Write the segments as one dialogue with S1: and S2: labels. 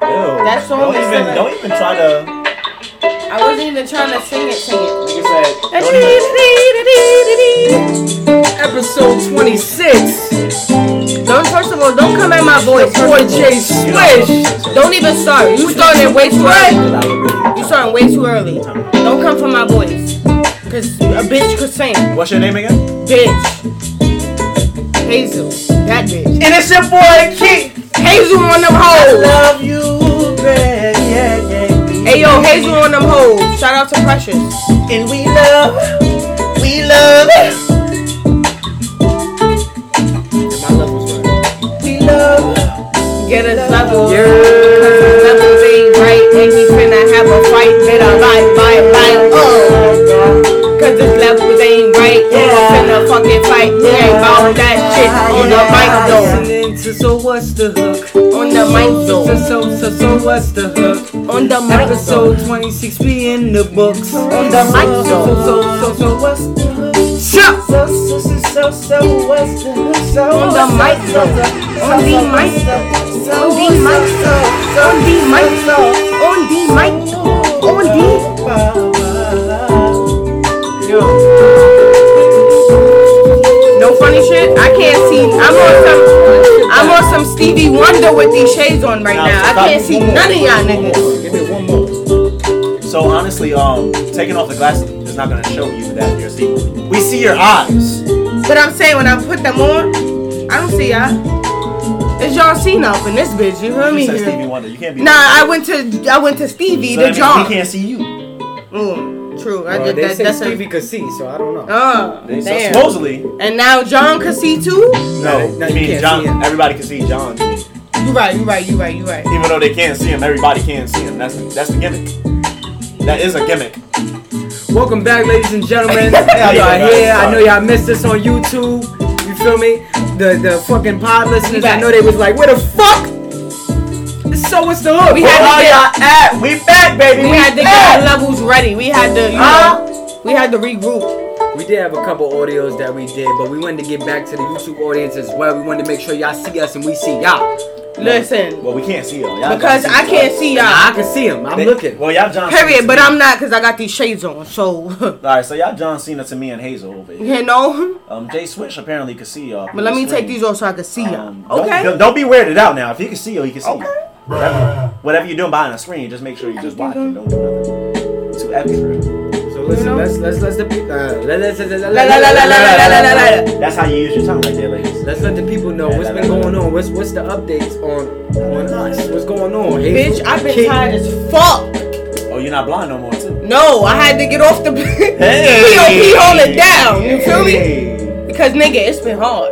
S1: That song
S2: Don't
S1: is
S2: even,
S1: still-
S2: don't even try to.
S1: I wasn't even trying to sing it, sing it.
S2: Like I said, don't even,
S1: Episode
S3: 26.
S1: Don't first of all, don't come at my voice.
S3: Boy J
S2: you know,
S3: Swish.
S1: Don't even start. You starting way too early.
S2: that I would really-
S1: You starting way too early. Don't come for my voice. Cause a bitch could sing.
S2: What's your name again?
S1: Bitch. Hazel. That bitch.
S2: And it's your boy Keith.
S1: Hazel on them
S2: I
S1: hoes.
S2: love you, baby. Yeah, yeah,
S1: Hey yo, Hazel on them hoes. Shout out to Precious.
S2: And we love, we love,
S3: My levels right.
S2: we love.
S1: Get us level.
S3: Yeah.
S1: Levels ain't right. And we finna have a fight. Better lie, bye, bye. Oh. Cause this levels ain't right. Yeah. Finna fucking fight. We ain't about that shit. On the mic
S3: Listening to So What's the Hook?
S1: though. On the mic
S3: So,
S1: though.
S3: so, so, so what's the hook?
S1: On the mic though.
S3: Episode 26, we in the books.
S1: On the mic
S3: So,
S1: though.
S3: so, so, so what's the hook?
S1: Shut
S3: So, so, so, so, so what's the hook? So
S1: On the mic though. On the mic though. On the mic though. On the mic though. On the mic though. On the. No funny shit. I can't see. I'm on some. I'm on some Stevie Wonder with these shades on right now. I can't see none of y'all niggas.
S2: Give me one more. So honestly, um, taking off the glasses is not gonna show you that you're seeing. We see your eyes.
S1: But I'm saying when I put them on, I don't see y'all. It's y'all seen up in this bitch. You hear
S2: You
S1: me?
S2: said Stevie Wonder. You can't be.
S1: Nah, I went to I went to Stevie
S2: so
S1: the
S2: that means
S1: jar.
S2: we can't Oh, see you.
S1: Mm, true. I
S3: Well,
S1: did
S3: they
S1: that.
S3: say
S1: That's
S3: Stevie
S1: a.
S3: could see, so I don't know.
S1: Oh,
S2: So
S1: damn.
S2: supposedly,
S1: And now John can see too.
S2: no.
S3: no,
S2: I mean,
S3: you can't see
S2: John.
S3: him.
S2: Everybody can see John.
S1: You right, you right, you right, you right.
S2: Even though they can't see him, everybody can see him. That's the, that's the gimmick. That is a gimmick.
S3: Welcome back, ladies and gentlemen. Y'all are here. I know y'all missed us on YouTube. You feel me? The the fucking pod listeners. I know they was like, where the fuck? So what's the hook?
S1: We had to get-
S3: at? We back, baby.
S1: We had to get
S3: back.
S1: our levels ready. We had to, you
S3: Huh?
S1: know, we had to regroup.
S3: We did have a couple audios that we did, but we wanted to get back to the YouTube audience as well. We wanted to make sure y'all see us and we see y'all.
S1: Listen,
S2: Well, we can't see y'all. y'all
S1: because
S2: gotta
S1: I can't see
S3: I
S1: y'all.
S3: can see him. I'm
S2: They-
S3: looking.
S2: Well, y'all John.
S1: Period.
S2: Cena
S1: But
S2: to me.
S1: I'm not, cause I got these shades on. So,
S2: All right, so y'all John Cena to me and Hazel over here.
S1: you know.
S2: Um, Jay Swish apparently could see y'all.
S1: But let me
S2: Screen.
S1: take these off so I can see
S2: Um,
S1: y'all.
S2: Don't, don't-
S1: Okay.
S2: don't be weirded out now. If he can see you, he can see you. Whatever, whatever you're doing behind the screen, just make sure you just watch and don't do nothing too extra.
S3: So
S1: You
S3: listen,
S1: know?
S3: let's let's let's the pe- uh, let- let's let's-
S1: La la la la la la la la la.
S2: That's how you use your tongue right there, ladies.
S3: Let's let the people know what's been going on. What's what's the updates on on us? What's going on? Hey,
S1: Bitch, I've been
S3: Kid-
S1: tired as fuck.
S2: Oh, you're not blind no more, too.
S1: No, I had to get off the
S2: Hey.
S1: POP, hold it down. You feel me?
S2: Hey.
S1: Because nigga, it's been hard.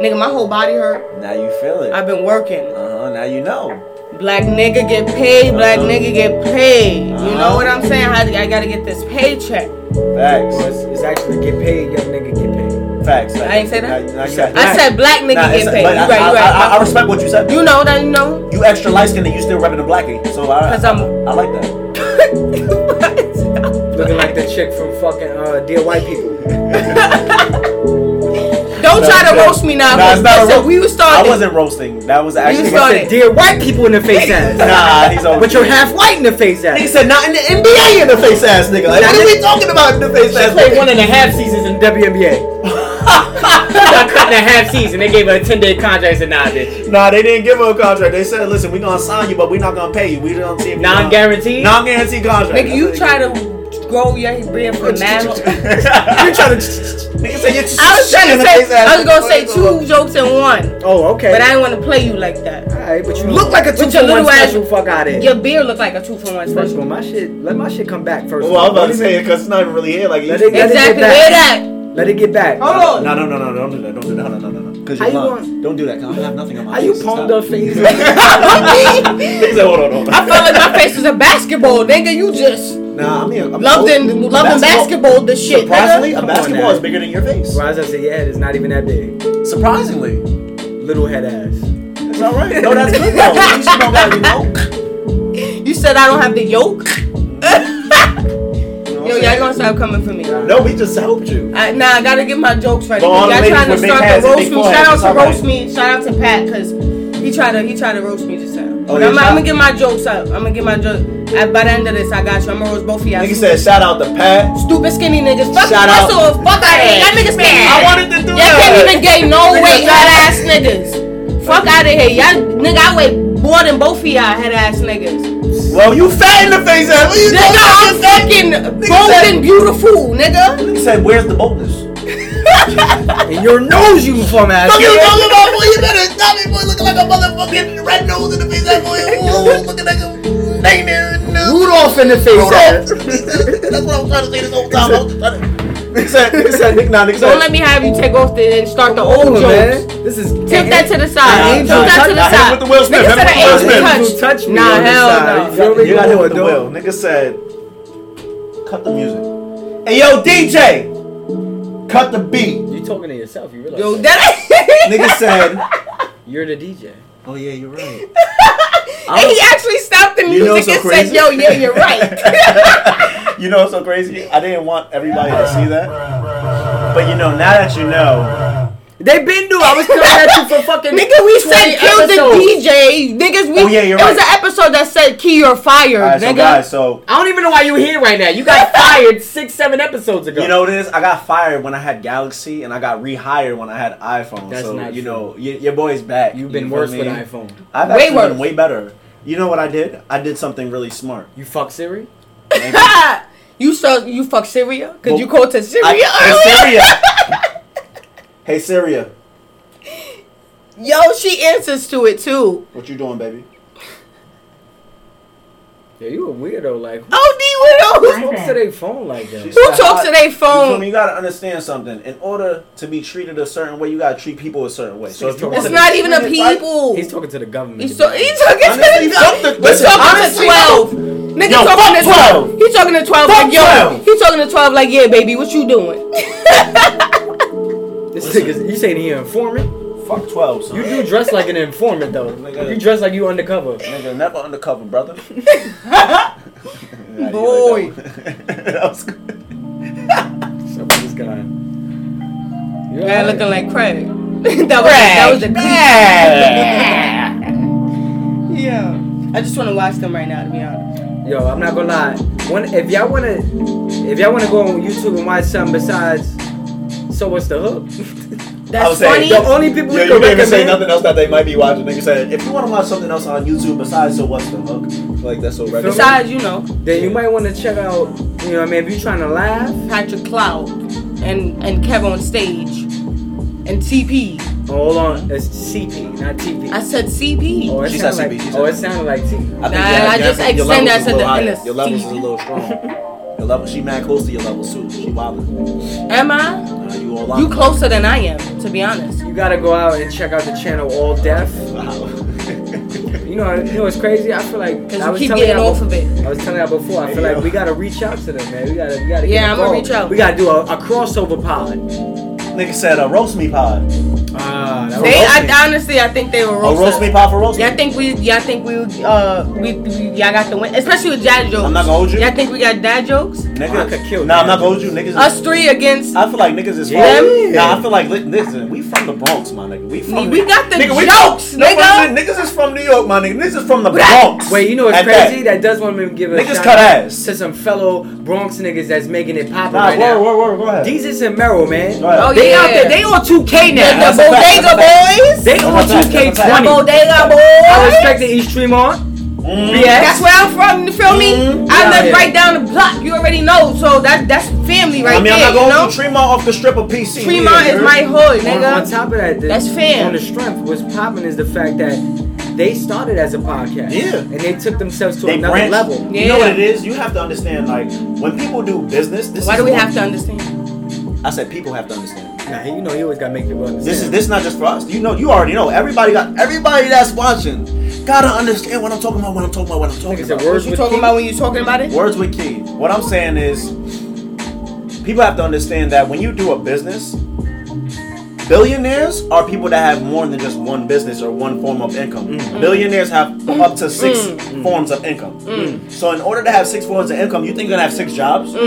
S1: Nigga, my whole body hurt.
S2: Now you feel it. Uh
S1: I've been working.
S2: huh. Now you know.
S1: Black nigga get paid, black
S2: Uh-huh.
S1: nigga get paid. You know
S2: Uh-huh.
S1: what I'm saying? I, I gotta get this paycheck.
S2: Facts.
S3: Well, Oh, it's, it's actually get paid, young nigga get paid.
S2: Facts. facts.
S1: I ain't say that.
S2: Now- now you
S3: said
S2: got-
S1: I said black nigga
S2: Nah, it's-
S1: get paid.
S2: but
S1: You
S2: I-
S1: right, you
S2: I-
S1: right.
S2: I I respect what you said.
S1: you know that, you know?
S2: You extra light skinned and you still repping the blackie. So I,
S1: 'Cause
S2: I,
S1: I'm-
S2: I like that.
S3: Looking like the chick from fucking uh, Dear White People.
S1: Don't
S2: No,
S1: try to
S2: no.
S1: roast me now.
S2: Nah, it's not a
S1: Listen,
S2: roast.
S1: we was starting.
S2: I wasn't roasting. That was actually.
S1: started.
S3: The Dear White People in the face ass.
S2: Nah, he's over.
S3: But you're half white in the face
S2: He
S3: ass.
S2: said not in the NBA in the face ass nigga. Like, what are we talking about in the face ass
S3: Played
S2: nigga?
S3: one and a half seasons in WNBA. Got cut in a half season. They gave her a 10 day contract and nah, bitch.
S2: Nah, they didn't give her a contract. They said, listen, we gonna sign you, but we not gonna pay you. We don't see if
S3: Non guaranteed.
S2: Non guaranteed contract.
S1: nigga, you
S2: That's
S1: try
S2: what
S1: to grow your beard for mad.
S2: they-
S3: You're trying to.
S2: Nigga said, you're
S1: I was trying
S2: in
S1: to
S2: the
S1: say,
S2: face-ass
S1: I was
S2: nigga.
S1: gonna say two jokes in one,
S3: Oh, okay.
S1: but I didn't want to play you like that.
S3: Alright, but you look like a
S1: With your
S3: two for one
S1: little ass-
S3: special. Fuck out of here.
S1: Your beard looked like a two for one
S3: First of
S1: special.
S3: all, my shit. Let my shit come back first. of
S2: Well, I was
S3: all.
S2: about to say it because it's not even really here. Like,
S3: Let it- let it get
S1: Exactly.
S3: back.
S1: Where that?
S3: Let it get back.
S1: Hold
S2: No, no, no, no, don't do that. Don't do that. No, no, no, no. Because
S3: How
S2: you're
S3: you
S2: lying. Don't do that. 'cause I have nothing on my
S3: Are you
S2: face.
S3: palmed
S2: Stop.
S3: up face?
S1: on.
S2: He said, hold on, hold
S1: I
S2: on.
S1: felt like my face was a basketball, nigga. You just
S2: Nah, I mean, I'm
S1: loved in
S2: I'm
S1: loving basketball. The shit.
S2: Surprisingly,
S1: nigga.
S2: uh, a
S3: Come on
S2: basketball
S3: now.
S2: is bigger than your face.
S3: Rise up, say your head is not even that big.
S2: Surprisingly.
S3: Little head ass.
S2: It's all right. No, that's good though. At least you don't gotta, you know.
S1: You said I don't have the yoke.
S2: You know what
S1: Yo,
S2: I'm
S1: y'all
S2: saying?
S1: gonna stop coming for me.
S2: No, we just helped you.
S1: I, nah, I gotta get my jokes right.
S2: Go on,
S1: y'all
S2: ladies
S1: trying to
S2: with big
S1: start
S2: hats
S1: to
S2: and
S1: roast me.
S2: big
S1: Shout out
S2: foreheads,
S1: to
S2: it's
S1: roast me. Shout out to Pat because he He tried to he tried to roast me just now.
S2: Oh,
S1: But
S2: yeah,
S1: I'm,
S2: shout-
S1: I'm gonna get my jokes up. I'm gonna get my jokes. At by the end of this, I got you. I'm gonna roast both of y'all.
S2: Nigga said shout out to Pat.
S1: Stupid skinny niggas. Fuck
S2: Shout out.
S1: first off, fuck out of here. Y'all niggas skinny.
S2: I wanted to do
S1: Y'all
S2: that.
S1: can't even get no weight head ass niggas. Fuck out of here. Y'all nigga, I weigh more than both of y'all head ass niggas.
S2: Well, you fat in the face, ass. What you
S1: Nigga,
S2: talking
S1: I'm
S2: about?
S1: fucking bold and beautiful, nigga.
S2: Nigga said, where's the boldness?
S3: And your nose, you bum ass.
S4: What you talking about, boy? You better stop it, boy. Looking like a motherfucking red nose in the face, that boy. Ooh, looking like a nightmare. No.
S3: Rudolph in the face. ass.
S4: That's what I was trying to say this whole time. I was trying to.
S2: Nigga said, nigga said, nigga, nah, nigga
S1: Don't
S2: said.
S1: let me have you take off the and start the
S3: Hold
S1: old
S3: on,
S1: jokes.
S3: man. This is
S1: Take that to the side.
S2: Nah,
S1: Take
S2: nah,
S1: that to
S2: nah,
S1: the
S2: hit
S1: side.
S2: with the Will Smith,
S1: Nigga
S2: hit
S1: said
S2: with
S1: I
S2: the Will
S1: ain't been touched.
S2: Smith.
S3: Touch me
S1: Nah,
S3: on this
S1: hell
S3: side.
S1: no.
S3: You feel me?
S2: You got hit
S3: Come
S2: with
S3: on,
S2: the will.
S3: dog.
S2: Nigga said, cut the music. Hey, yo, DJ, cut the beat.
S3: You talking to yourself. You realize
S1: Yo,
S3: that.
S1: that
S2: Nigga said,
S3: you're the DJ.
S2: oh yeah, you're right.
S1: and he actually stopped the
S2: You know
S1: music
S2: so
S1: and
S2: crazy?
S1: said, "Yo, yeah, you're right."
S2: You know what's so crazy? I didn't want everybody to see that. But you know, now that you know,
S3: They been doing. I was coming at you for fucking.
S1: Nigga, we said
S3: 20
S1: kill the
S3: episodes.
S1: DJ. Niggas, we.
S2: Oh, yeah, you're
S1: It was
S2: right.
S1: an episode that said key or fire,
S2: alright, so
S1: nigga.
S2: guys, so
S3: I don't even know why you here right now. You got fired six, seven episodes ago.
S2: you know what it is? I got fired when I had Galaxy, and I got rehired when I had iPhone.
S3: That's
S2: so
S3: not
S2: you
S3: true.
S2: know, y- your boy's back.
S3: you've been
S2: You feel
S3: worse
S2: me?
S3: with iPhone.
S2: I've
S1: Way
S2: actually been
S1: worse.
S2: way better. You know what I did? I did something really smart.
S3: You fuck Siri.
S1: Ha! Ah! you saw you fuck Syria? Cause
S2: Well,
S1: you called to Syria
S2: hey
S1: earlier.
S2: Syria. hey Syria,
S1: Yo, she answers to it too.
S2: what you doing, baby?
S3: Yeah, you a weirdo. Like who
S1: Oh, OD widows.
S3: talks to their phone like that?
S1: Who
S2: She's
S1: talks
S2: hot.
S1: to their
S2: You, feel me?
S1: phone?
S2: You gotta understand something. In order to be treated a certain way, you gotta treat people a certain way. So if you
S3: It's
S1: It's
S2: wanna
S1: not
S2: be
S1: even a
S2: treated right-
S1: people.
S3: He's talking to the government.
S1: He's so, he took it
S2: Honestly, fuck the-
S1: to He's
S2: listen,
S1: talking to
S2: honestly,
S1: twelve. Nigga
S2: Yo,
S1: talking
S2: fuck
S1: to
S2: 12.
S1: He's talking to twelve
S2: Fuck
S1: like yo.
S2: 12.
S1: He's talking to twelve like yeah, baby. What you doing?
S3: this nigga's you saying he an informant?
S2: Fuck twelve, son.
S3: You do dress like an informant though.
S2: Nigga.
S3: You dress like you undercover.
S2: Nigga, never undercover, brother.
S1: Boy.
S2: that was good.
S3: Shut up with this guy. You're
S1: Man,
S3: hired.
S1: looking like Craig. that was that was the Yeah. I just want to watch them right now, to be honest.
S3: Yo, I'm not gonna lie. One, if y'all wanna, if y'all wanna go on YouTube and watch something besides, so what's the hook?
S2: I
S1: That's
S2: was saying,
S1: funny.
S3: the only people
S2: Yo,
S3: we
S2: you
S3: can
S2: didn't even say
S3: recommend.
S2: nothing else that they might be watching. Nigga said, if you want to watch something else on YouTube besides So What's the Hook, like that's so regular.
S1: Besides, you know,
S3: Then you might wanna check out. You know, what I mean, if you trying to laugh
S1: Patrick Cloud and and Kev on stage and CP.
S3: Oh, hold on, it's CP, not TP.
S1: I said CP.
S3: oh, it
S2: She said
S3: sounded
S2: CP,
S3: like,
S2: she said
S3: oh, it
S2: CP.
S3: sounded like
S2: I
S3: TP.
S2: think
S1: Nah, I
S2: your- your
S1: just
S2: level-
S1: explained
S2: your
S1: that
S2: levels is a little
S1: to the-
S2: higher. Your levels is a little strong. Your level, she mad close to your level too. She wildin'.
S1: Am I?
S2: Nah, you all
S1: You
S2: lying.
S1: closer than I am, to be honest.
S3: You gotta go out and check out the channel All Deaf. You know, you know what's crazy? I feel like I
S1: Because
S3: was
S1: you keep
S3: telling
S1: getting
S3: y'all
S1: off of it.
S3: I was telling y'all before. I feel like we gotta reach out to them, man. We gotta, we gotta. get
S1: Yeah, I'ma
S3: involved.
S1: reach out.
S3: We gotta do a, a crossover pod.
S2: Nigga said a roast me pod.
S3: Ah, that
S1: They,
S3: was
S1: I, honestly, I think they were
S2: A
S1: roast.
S2: roast me pod for roast me.
S1: Y'all think we, y'all think we, uh, we, we- y'all got the win, especially with dad jokes.
S2: I'm not gonna hold you.
S1: Y'all think we got dad jokes?
S2: Nigga,
S3: I could kill
S2: Nah, I'm not
S3: niggas.
S2: going you. Niggas.
S1: Us three against.
S2: I feel like niggas is
S3: Yeah.
S2: from. Nah, I feel like li- listen, we from the Bronx, my nigga. We from.
S1: We got the
S2: we
S1: jokes,
S2: from- no,
S1: nigga.
S2: but li- Niggas is from New York, my nigga. Niggas is from the Bronx.
S3: Wait, you know what's
S2: At
S3: crazy?
S2: That.
S3: That. does want me to give a
S2: Niggas
S3: shout
S2: cut
S3: out
S2: ass.
S3: to some fellow Bronx niggas that's making it pop
S2: Nah,
S3: right
S2: word,
S3: now.
S2: word, word, go ahead.
S3: Jesus and Merrill, man.
S2: Go ahead.
S1: Oh,
S3: They
S1: yeah.
S3: out there. They on 2K now.
S1: the
S2: that's a fact,
S1: bodega boys.
S3: They on
S2: That's a fact, that's a fact.
S3: 2K20.
S1: the bodega boys.
S3: I respect the East Tremont.
S2: Mm.
S1: That's
S3: BS.
S1: where I'm from. You feel me? I
S3: Mm-hmm. Yeah,
S1: live
S3: yeah.
S1: right down the block. You already know. So that that's family right
S2: I mean, I'm
S1: there.
S2: not going
S1: you know?
S2: to Tremont off the strip of PC.
S1: Tremont
S2: yeah,
S1: is my hood,
S3: On, on
S1: nigga.
S3: top of that, the,
S1: That's fair.
S3: On the strength, what's popping is the fact that they started as a podcast.
S2: Yeah.
S3: And they took themselves to
S2: They
S3: another
S2: branch.
S3: level.
S2: You know
S1: Yeah.
S2: what it is? You have to understand, like, when people do business, this
S1: Why
S2: is
S1: do we
S2: more-
S1: have to understand?
S2: I said people have to understand.
S3: Nah, you know, you always gotta make people understand.
S2: This is this is not just for us. You know, you already know. Everybody got everybody that's watching gotta understand what I'm talking about. What I'm talking about. What I'm talking
S3: Nigga said
S2: about.
S3: words
S1: You
S3: with
S1: talking
S3: teeth.
S1: about when you talking about it?
S2: Words with key. What I'm saying is, people have to understand that when you do a business, billionaires are people that have more than just one business or one form of income.
S3: Mm.
S2: Billionaires have up to six forms of income.
S3: Mm.
S2: So, in order to have six forms of income, you
S3: Mm.
S2: think you're gonna have six jobs?
S3: No.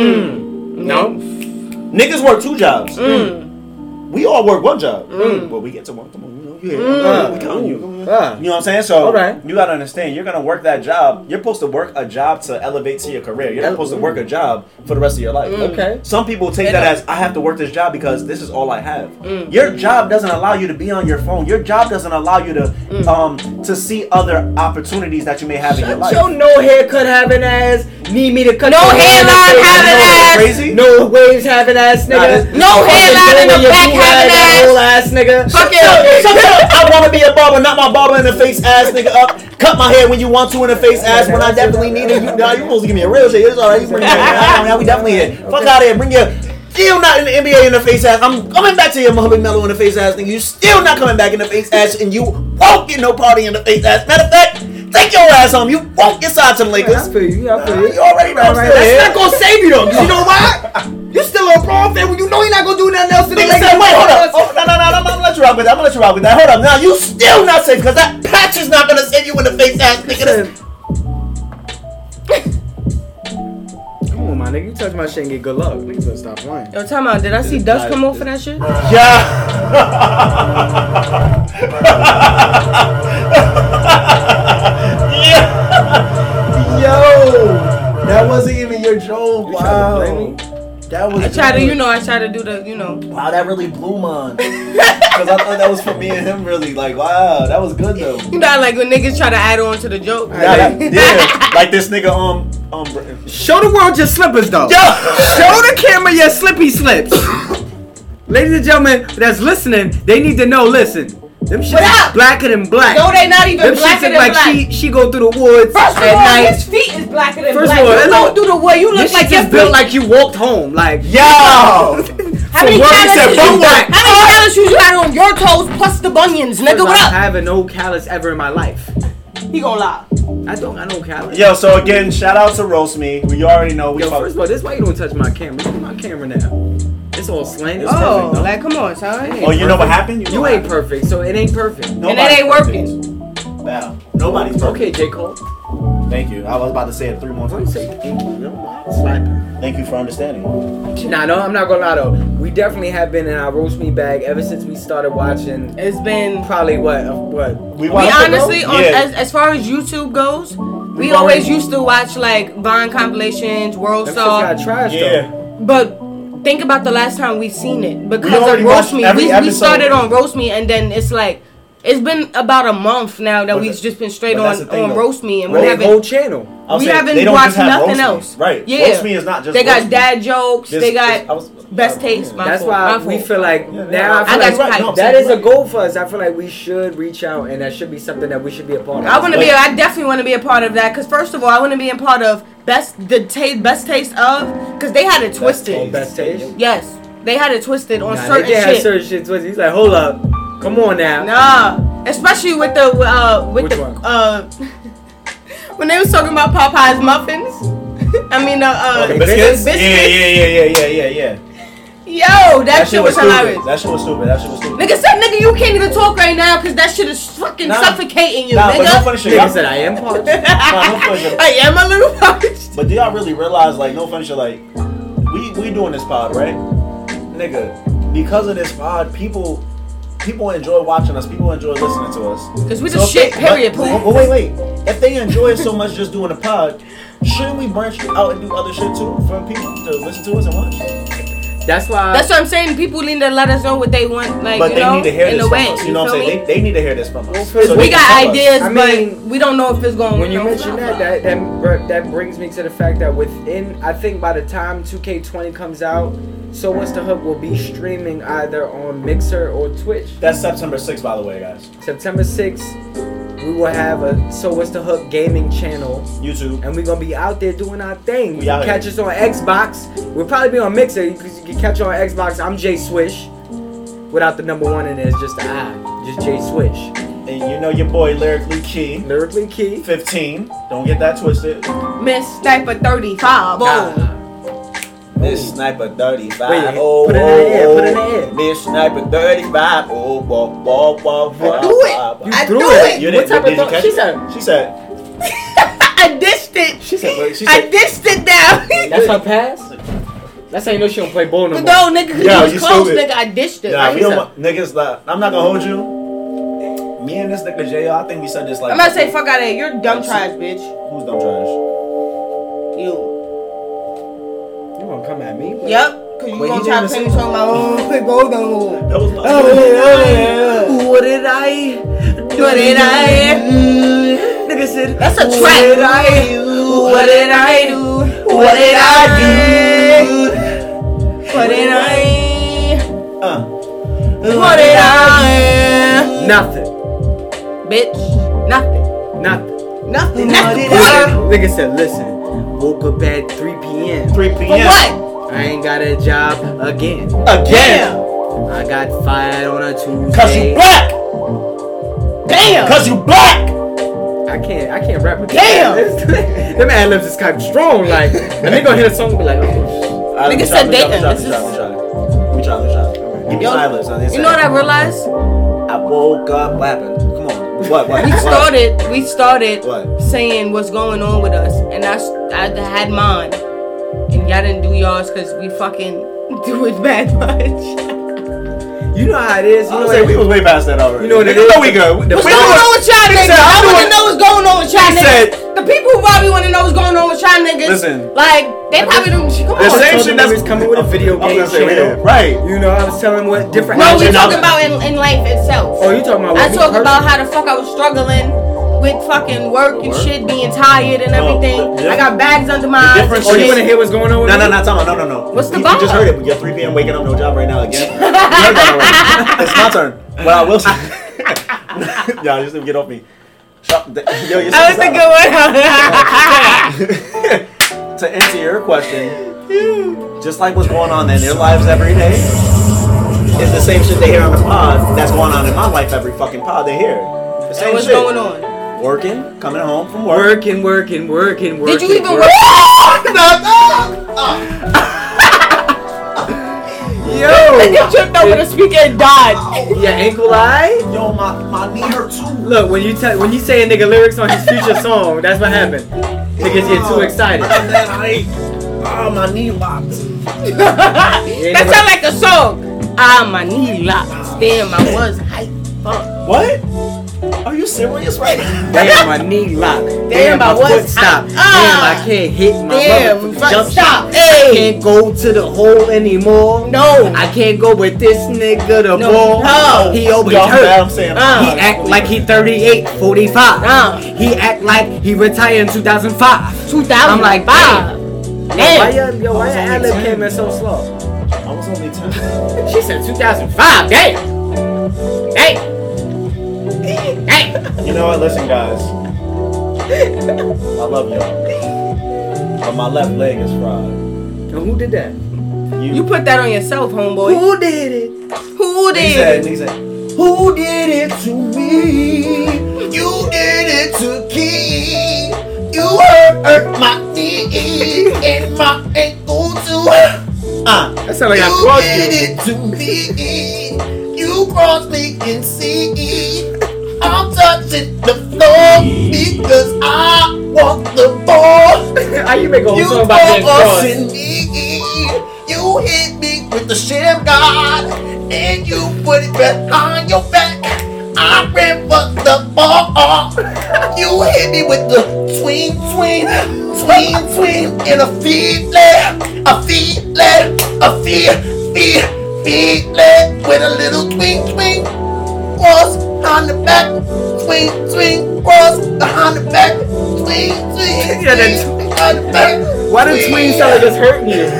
S3: Mm.
S2: Niggas work two jobs. we all work one job, but we get to work tomorrow. You know, you here.
S3: Mm.
S2: we count on you.
S3: Uh.
S2: You know what I'm saying? So
S3: All right.
S2: you gotta understand, you're gonna work that job. You're supposed to work a job to elevate to your career. You're not
S3: Ele-
S2: supposed to work a job for the rest of your life.
S3: Okay.
S2: Some people take
S1: And
S2: that
S1: I-
S2: as I have to work this job because this is all I have. Your job doesn't allow you to be on your phone. Your job doesn't allow you to um to see other opportunities that you may have in your life.
S3: Yo, no haircut having ass. Need me to cut
S1: No
S3: your
S1: hairline
S3: up and
S1: having
S3: all that
S1: ass.
S2: Crazy?
S3: No waves having ass,
S2: Nah, this-
S3: nigga.
S1: No hairline in the back having ass.
S3: Whole ass, nigga.
S1: Fuck
S2: Shut
S1: it.
S2: up. I want to be a barber, not my barber in the face ass nigga up. Cut my hair when you want to in the face ass when I definitely need it. You, nah, you supposed to give me a real shit. It's all right. You bring your nah, nah, we definitely here. Fuck out of here. Bring your still not in the NBA in the face ass. I'm coming back to your Mohammed Mello in the face ass nigga. You still not coming back in the face ass, and you won't get no party in the face ass. Matter of fact, take your ass home. You won't get signed to the Lakers.
S3: I feel you. I feel
S2: You
S3: you.
S2: already know. I'm
S3: Alright,
S2: still
S3: that's
S2: here.
S3: not gonna save you though. 'cause You know why? You still a Braun fan when you know he not gonna do nothing else to the
S2: Nigga
S3: Lakers.
S2: said, wait, hold up. Oh, no, no, no, no, I'm gonna let you rock with that. I'm gonna let you rock with that. Hold up. Now you still not safe because that patch is not gonna save you in the face ass nigga. That's-
S3: Come on, my nigga. You touch my shit and get good luck. Niggas better stop lying.
S1: Yo, time out. Did I see dust come off of that shit?
S2: Yeah. Yo, that wasn't even your joke.
S3: You trying to play me?
S2: That was
S1: I try to, you know, I try to do the, you know.
S2: Wow, that really blew mine. Because I thought that was for me and him, really. Like, wow, that was good, though.
S1: You know, how, like when niggas try to add on to the joke.
S2: Yeah, that- yeah. like this nigga, um, um, Br-
S3: Show the world your slippers though. Show the camera your slippy slips. Ladies and gentlemen that's listening, they need to know, listen. Them shit
S1: up?
S3: blacker than black.
S1: No, they not even
S3: Them shit
S1: blacker
S3: look
S1: than
S3: like
S1: black.
S3: she she go through the woods
S1: First of
S3: at
S1: all,
S3: night.
S1: his feet is blacker than
S3: First
S1: black.
S3: of all,
S1: you
S3: it's
S1: go
S3: all-
S1: through the wood. You look
S3: This shit
S1: like your
S3: just
S1: feet.
S3: built like you walked home. Like
S2: yo!
S1: how many
S3: for what? He
S1: callus
S3: said
S1: shoes?
S3: built
S1: How
S3: black.
S1: many callus shoes you got on your toes plus the bunions, nigga?
S3: I
S1: What up?
S3: haven't no callus ever in my life.
S1: He gonna lie.
S3: I don't got no callus.
S2: Yo, so again, shout out to Roast Me. We already know we
S3: Yo,
S2: fuck-
S3: first of all, this why you don't touch my camera. Look at my camera now. It's all slanted.
S2: It's
S1: Oh,
S2: perfect, no?
S1: like come on, son.
S2: Oh, you know what happened?
S3: You ain't perfect, so it ain't perfect.
S1: And it ain't
S2: working. Wow. Nobody's perfect.
S3: Okay, J. Cole.
S2: Thank you. I was about to say it three more
S3: What do you
S2: times.
S3: say? Slap.
S2: Thank you for understanding.
S3: Nah, no, I'm not gonna lie though. We definitely have been in our roast me bag ever since we started watching.
S1: It's been.
S3: Probably what? uh, What?
S2: We,
S1: We
S2: watched it, bro.
S1: honestly, on,
S2: Yeah.
S1: as, as far as YouTube goes, we
S3: We've
S1: always
S3: already-
S1: used to watch like Vine compilations, World
S3: Them shits got
S1: Star,
S3: trash
S2: yeah.
S3: though.
S1: but think about the last time we seen it
S2: We
S1: because
S2: already
S1: of Roast
S2: watched
S1: Me.
S2: every
S1: We, we
S2: episode.
S1: started on Roast Me, and then it's like it's been about a month now that
S2: But
S1: we've
S2: that-
S1: just been straight
S2: but that's
S1: on
S2: the thing,
S1: on
S2: though.
S1: Roast Me, and we
S2: Roast-
S3: Whole,
S1: haven't
S3: whole channel.
S2: I'm
S1: we
S2: saying,
S1: haven't
S2: they don't
S1: watched
S2: just have
S1: nothing
S2: roast meat.
S1: else.
S2: Right.
S1: Yeah.
S2: Roast me is not just
S1: They got
S2: roast meat.
S1: dad jokes.
S2: This-
S1: they
S2: this-
S1: got
S2: I was-
S1: best
S2: I-
S1: taste. My
S3: That's
S1: fault, my
S3: why we
S1: fault.
S3: feel like
S2: Yeah,
S3: now I
S2: yeah,
S3: feel
S1: I
S3: like
S1: got
S2: right.
S1: you
S2: No, I'm
S1: hyped.
S3: that
S2: saying
S3: is a
S2: right.
S3: goal for us. I feel like we should reach out and that should be something that we should be a part of.
S1: I want to
S2: Like-
S1: be. I definitely want to be a part of that. Cause first of all, I want to be a part of best the taste, best taest of. Cause they had it
S3: Oh,
S1: twisted.
S3: best taste.
S1: Yes, they had it twisted on
S3: Nah,
S1: certain
S3: they did have
S1: shit.
S3: certain shit. twisted. He's like, hold up, come on now.
S1: Nah, especially with the uh, with
S3: Which
S1: the
S3: one?
S1: uh, when they was talking about Popeye's muffins. I mean, uh, uh
S2: The
S3: Okay,
S2: biscuits?
S3: biscuits?
S2: Yeah, yeah, yeah, yeah, yeah, yeah, yeah.
S1: yo, that, shit was
S2: stupid.
S1: hilarious.
S2: That shit was stupid. That shit was stupid.
S1: Nigga said, nigga, you can't even talk right now because that shit is fucking
S2: Nah.
S1: suffocating you,
S2: Nah, but no
S1: nigga.
S2: funny shit.
S3: Nigga
S2: y'all-
S3: said, I am part.
S2: Nah, no funny shit.
S1: I am a little parched.
S2: But do y'all really realize, like, no funny shit, like, we we doing this pod, right? Nigga, because of this pod, people people enjoy watching us. People enjoy listening to us.
S1: Cause we
S2: So
S1: just
S2: if
S1: shit,
S2: they-
S1: period,
S2: but-
S1: poo.
S2: But wait, wait. If they enjoy it so much just doing a pod, shouldn't we branch out and do other shit too for people to listen to us and watch?
S3: That's why.
S1: That's what I'm saying. People need to let us know what they want, like
S2: But
S1: you
S2: they
S1: know,
S2: need to hear
S1: in
S2: this
S1: a
S2: from
S1: way.
S2: us. You know what I'm
S1: feel
S2: saying?
S1: me?
S2: They, they need to hear this from us.
S3: Well,
S2: So
S1: we
S2: they can
S1: got
S2: tell us.
S1: ideas,
S3: I
S1: but
S3: mean,
S1: we don't know if it's going.
S3: when you mention that, that that br- that brings me to the fact that within I think by the time 2K20 comes out, so what's the hook will be streaming either on Mixer or Twitch.
S2: That's September 6th, by the way, guys.
S3: September 6th, we will have a so what's the hook gaming channel,
S2: YouTube.
S3: and we're gonna be out there doing our thing.
S2: We
S3: You
S2: out
S3: can catch
S2: here.
S3: us on Xbox. We'll probably be on Mixer because you can catch on Xbox. I'm Jay Swish, without the number one in it, it's just the I, just Jay Swish.
S2: And you know your boy, Lyrically Key.
S3: Lyrically Key.
S2: 15. Don't get that twisted.
S1: Miss Sniper 35.
S3: Nah.
S1: Oh.
S2: Miss Sniper 35.
S3: Wait, put it in the air, put it in the air.
S2: oh. Miss Sniper 35. Oh, wah, wah, wah, wah,
S3: do
S1: it.
S2: wah, wah.
S3: You
S1: I
S3: threw
S1: do
S3: it.
S1: it.
S2: You
S3: what
S2: didn't, did
S3: type of
S2: you
S3: thought?
S2: catch
S3: She
S2: it?
S3: said.
S2: She said.
S1: I dished it.
S2: She said. She
S1: I
S2: said.
S1: dished it down.
S3: That's her pass. That's how you know she don't play ball no
S1: But
S3: more.
S1: though, nigga, 'cause
S2: Yo,
S1: you
S2: you
S1: was close,
S2: stupid.
S1: nigga. I ditched it.
S2: Nah,
S1: Like,
S2: we don't want, niggas. Like, I'm not gonna hold you. Me and this nigga JL, I think we said this like.
S1: I'm about to say fuck out of here. You're dumb trash, bitch.
S2: Who's dumb trash?
S1: You.
S3: You wanna come at me?
S1: Yep. Cause you
S3: Wait,
S1: gonna
S3: he
S1: try to play
S3: didn't say-
S1: me talking about oh, play ball no more.
S2: That was my.
S3: Oh, What did I?
S1: What did I?
S3: Nigga said.
S1: That's a
S3: What did
S1: trap.
S3: I do? What did I do? What did I do?
S1: What did I?
S2: Uh,
S1: What did I?
S3: Nothing.
S1: Bitch, nothing.
S3: Nothing.
S1: Nothing. That's the point.
S3: Nigga said, listen. Woke up at 3 p.m.
S2: 3 p.m.
S1: For what?
S3: I ain't got a job again.
S2: Again.
S3: I got fired on a Tuesday.
S2: Cause you black.
S1: Damn.
S2: Cause you black.
S3: I can't, I can't rap with
S1: Damn!
S3: them ad-libs. them ad libs is kind of strong. Like, and they gonna hit a song and be like, oh,
S2: Alright,
S1: Nigga
S2: we
S1: said
S2: try, we try, we
S1: dating.
S2: try,
S1: This
S2: we try,
S1: is-
S2: we try. We try, we try. Give me
S1: Yo,
S2: silence. on this
S1: You know what
S2: side.
S1: I realized?
S2: I woke up laughing. Come on. What? What?
S1: We
S2: what?
S1: started. We started
S2: What?
S1: saying what's going on with us, and I, s- I had mine, and y'all didn't do yours because we fucking do it bad much.
S3: sh-. you know how it is. You
S2: I
S3: know
S2: was saying
S3: what
S2: we was way past that already.
S3: You know what it
S2: Nigga,
S3: is?
S2: No, we good.
S3: The-
S2: We-
S1: What's
S2: we
S1: going
S2: good.
S1: on with y'all
S2: Nigga
S1: niggas?
S2: said,
S1: I
S2: I
S1: want to
S2: do it.
S1: know what's going on with y'all
S2: He
S1: niggas.
S2: said-
S1: the people who probably want to know what's going on with y'all niggas,
S2: Listen.
S1: like they probably don't. Come
S2: The
S1: on.
S2: same
S3: Told
S2: shit
S3: them
S2: that's
S3: he was coming with a video
S2: I was
S3: game
S2: gonna say,
S3: channel.
S2: yeah, Right.
S3: You know, I was telling what different.
S1: No, we talking
S2: Imagine I-
S1: about in, in life itself.
S3: Oh, you talking about?
S1: I
S3: what we
S1: talk
S3: personally-
S1: about how the fuck I was struggling with fucking work and
S3: Work?
S1: shit, being tired and
S2: No,
S1: everything.
S2: the-
S1: I got bags under my eyes.
S2: difference
S3: Oh,
S1: and
S3: you
S1: shit.
S3: wanna hear what's going on? With
S2: No, no,
S3: me?
S2: no, Tama, no, no, no.
S1: What's the
S2: you, you
S1: vibe?
S2: just heard it. You're 3 p.m. waking up, no job right now again. You heard that already. it's my turn. But I will say. Y'all just get off me. Shut- Yo,
S3: Oh,
S2: you're
S1: That was a good one.
S2: to answer your question, just like what's going on in their lives every day, it's the same shit they hear on the pod that's going on in my life every fucking pod they hear. The same
S1: And what's
S2: shit.
S1: going on?
S2: Working, coming home from work.
S3: Working, working, working, working.
S1: Did you even work?
S3: work-
S1: Look
S3: Yo,
S1: at you over the speaker and dodge.
S3: your ankle eye.
S2: Yo, my, my knee hurt too.
S3: Look, when you tell when you say a nigga lyrics on his future song, that's what happened. Niggas get too excited.
S2: Oh, man, I ain't- oh, my knee locked.
S1: that sound like a song. Ah, my knee locked. Damn, I was hyped. Fuck.
S2: What? Are you serious right now?
S3: Damn, my knee locked. Damn,
S1: I
S3: my
S1: was
S3: foot stopped.
S1: out. Ah.
S3: Damn, I can't hit my
S1: Damn,
S3: motherfucking
S1: fuck,
S3: jump
S1: stop.
S3: shot. I
S1: Hey.
S3: can't go to the hole anymore.
S1: No.
S3: I can't go with this nigga the ball.
S1: No.
S3: He always
S2: Y'all
S3: hurt.
S2: mad I'm saying
S1: Uh,
S3: He act like he 38, 45.
S1: Uh.
S3: He act like he retired in 2005.
S1: 2005.
S3: I'm like, Why
S1: Damn.
S3: your, yo, why your
S2: I
S3: ad
S2: was only
S3: lib came
S2: 10.
S3: in so slow?
S2: I was only 10.
S3: She said 2005. Damn.
S1: Hey. Hey.
S2: You know what? Listen, guys. I love y'all. But my left leg is fried.
S3: And who did that?
S1: You put that on yourself, homeboy.
S3: Who did it?
S1: Who
S2: He
S1: did?
S2: said, he said, Who did it to me? You did it to me. You hurt, hurt my knee and my ankle too. Uh,
S3: That sound like I
S2: you
S3: crossed
S2: did
S3: you.
S2: it to me. You crossed me and see. I'm touching the floor because I want the ball.
S3: How you make a whole
S2: You
S3: song about being
S2: us
S3: crossed?
S2: in me. You hit me with the sham god, and you put it behind your back. I ran for the ball. You hit me with the tween, tween, tween, tween, in a feeling, a feeling, a feel, feel, feeling, with a little tween, tween, cross behind the back, tween, tween, cross behind the back, tween, tween,
S3: Yeah, that
S2: tween, behind the back.
S3: Why did tween sound like it's hurting you?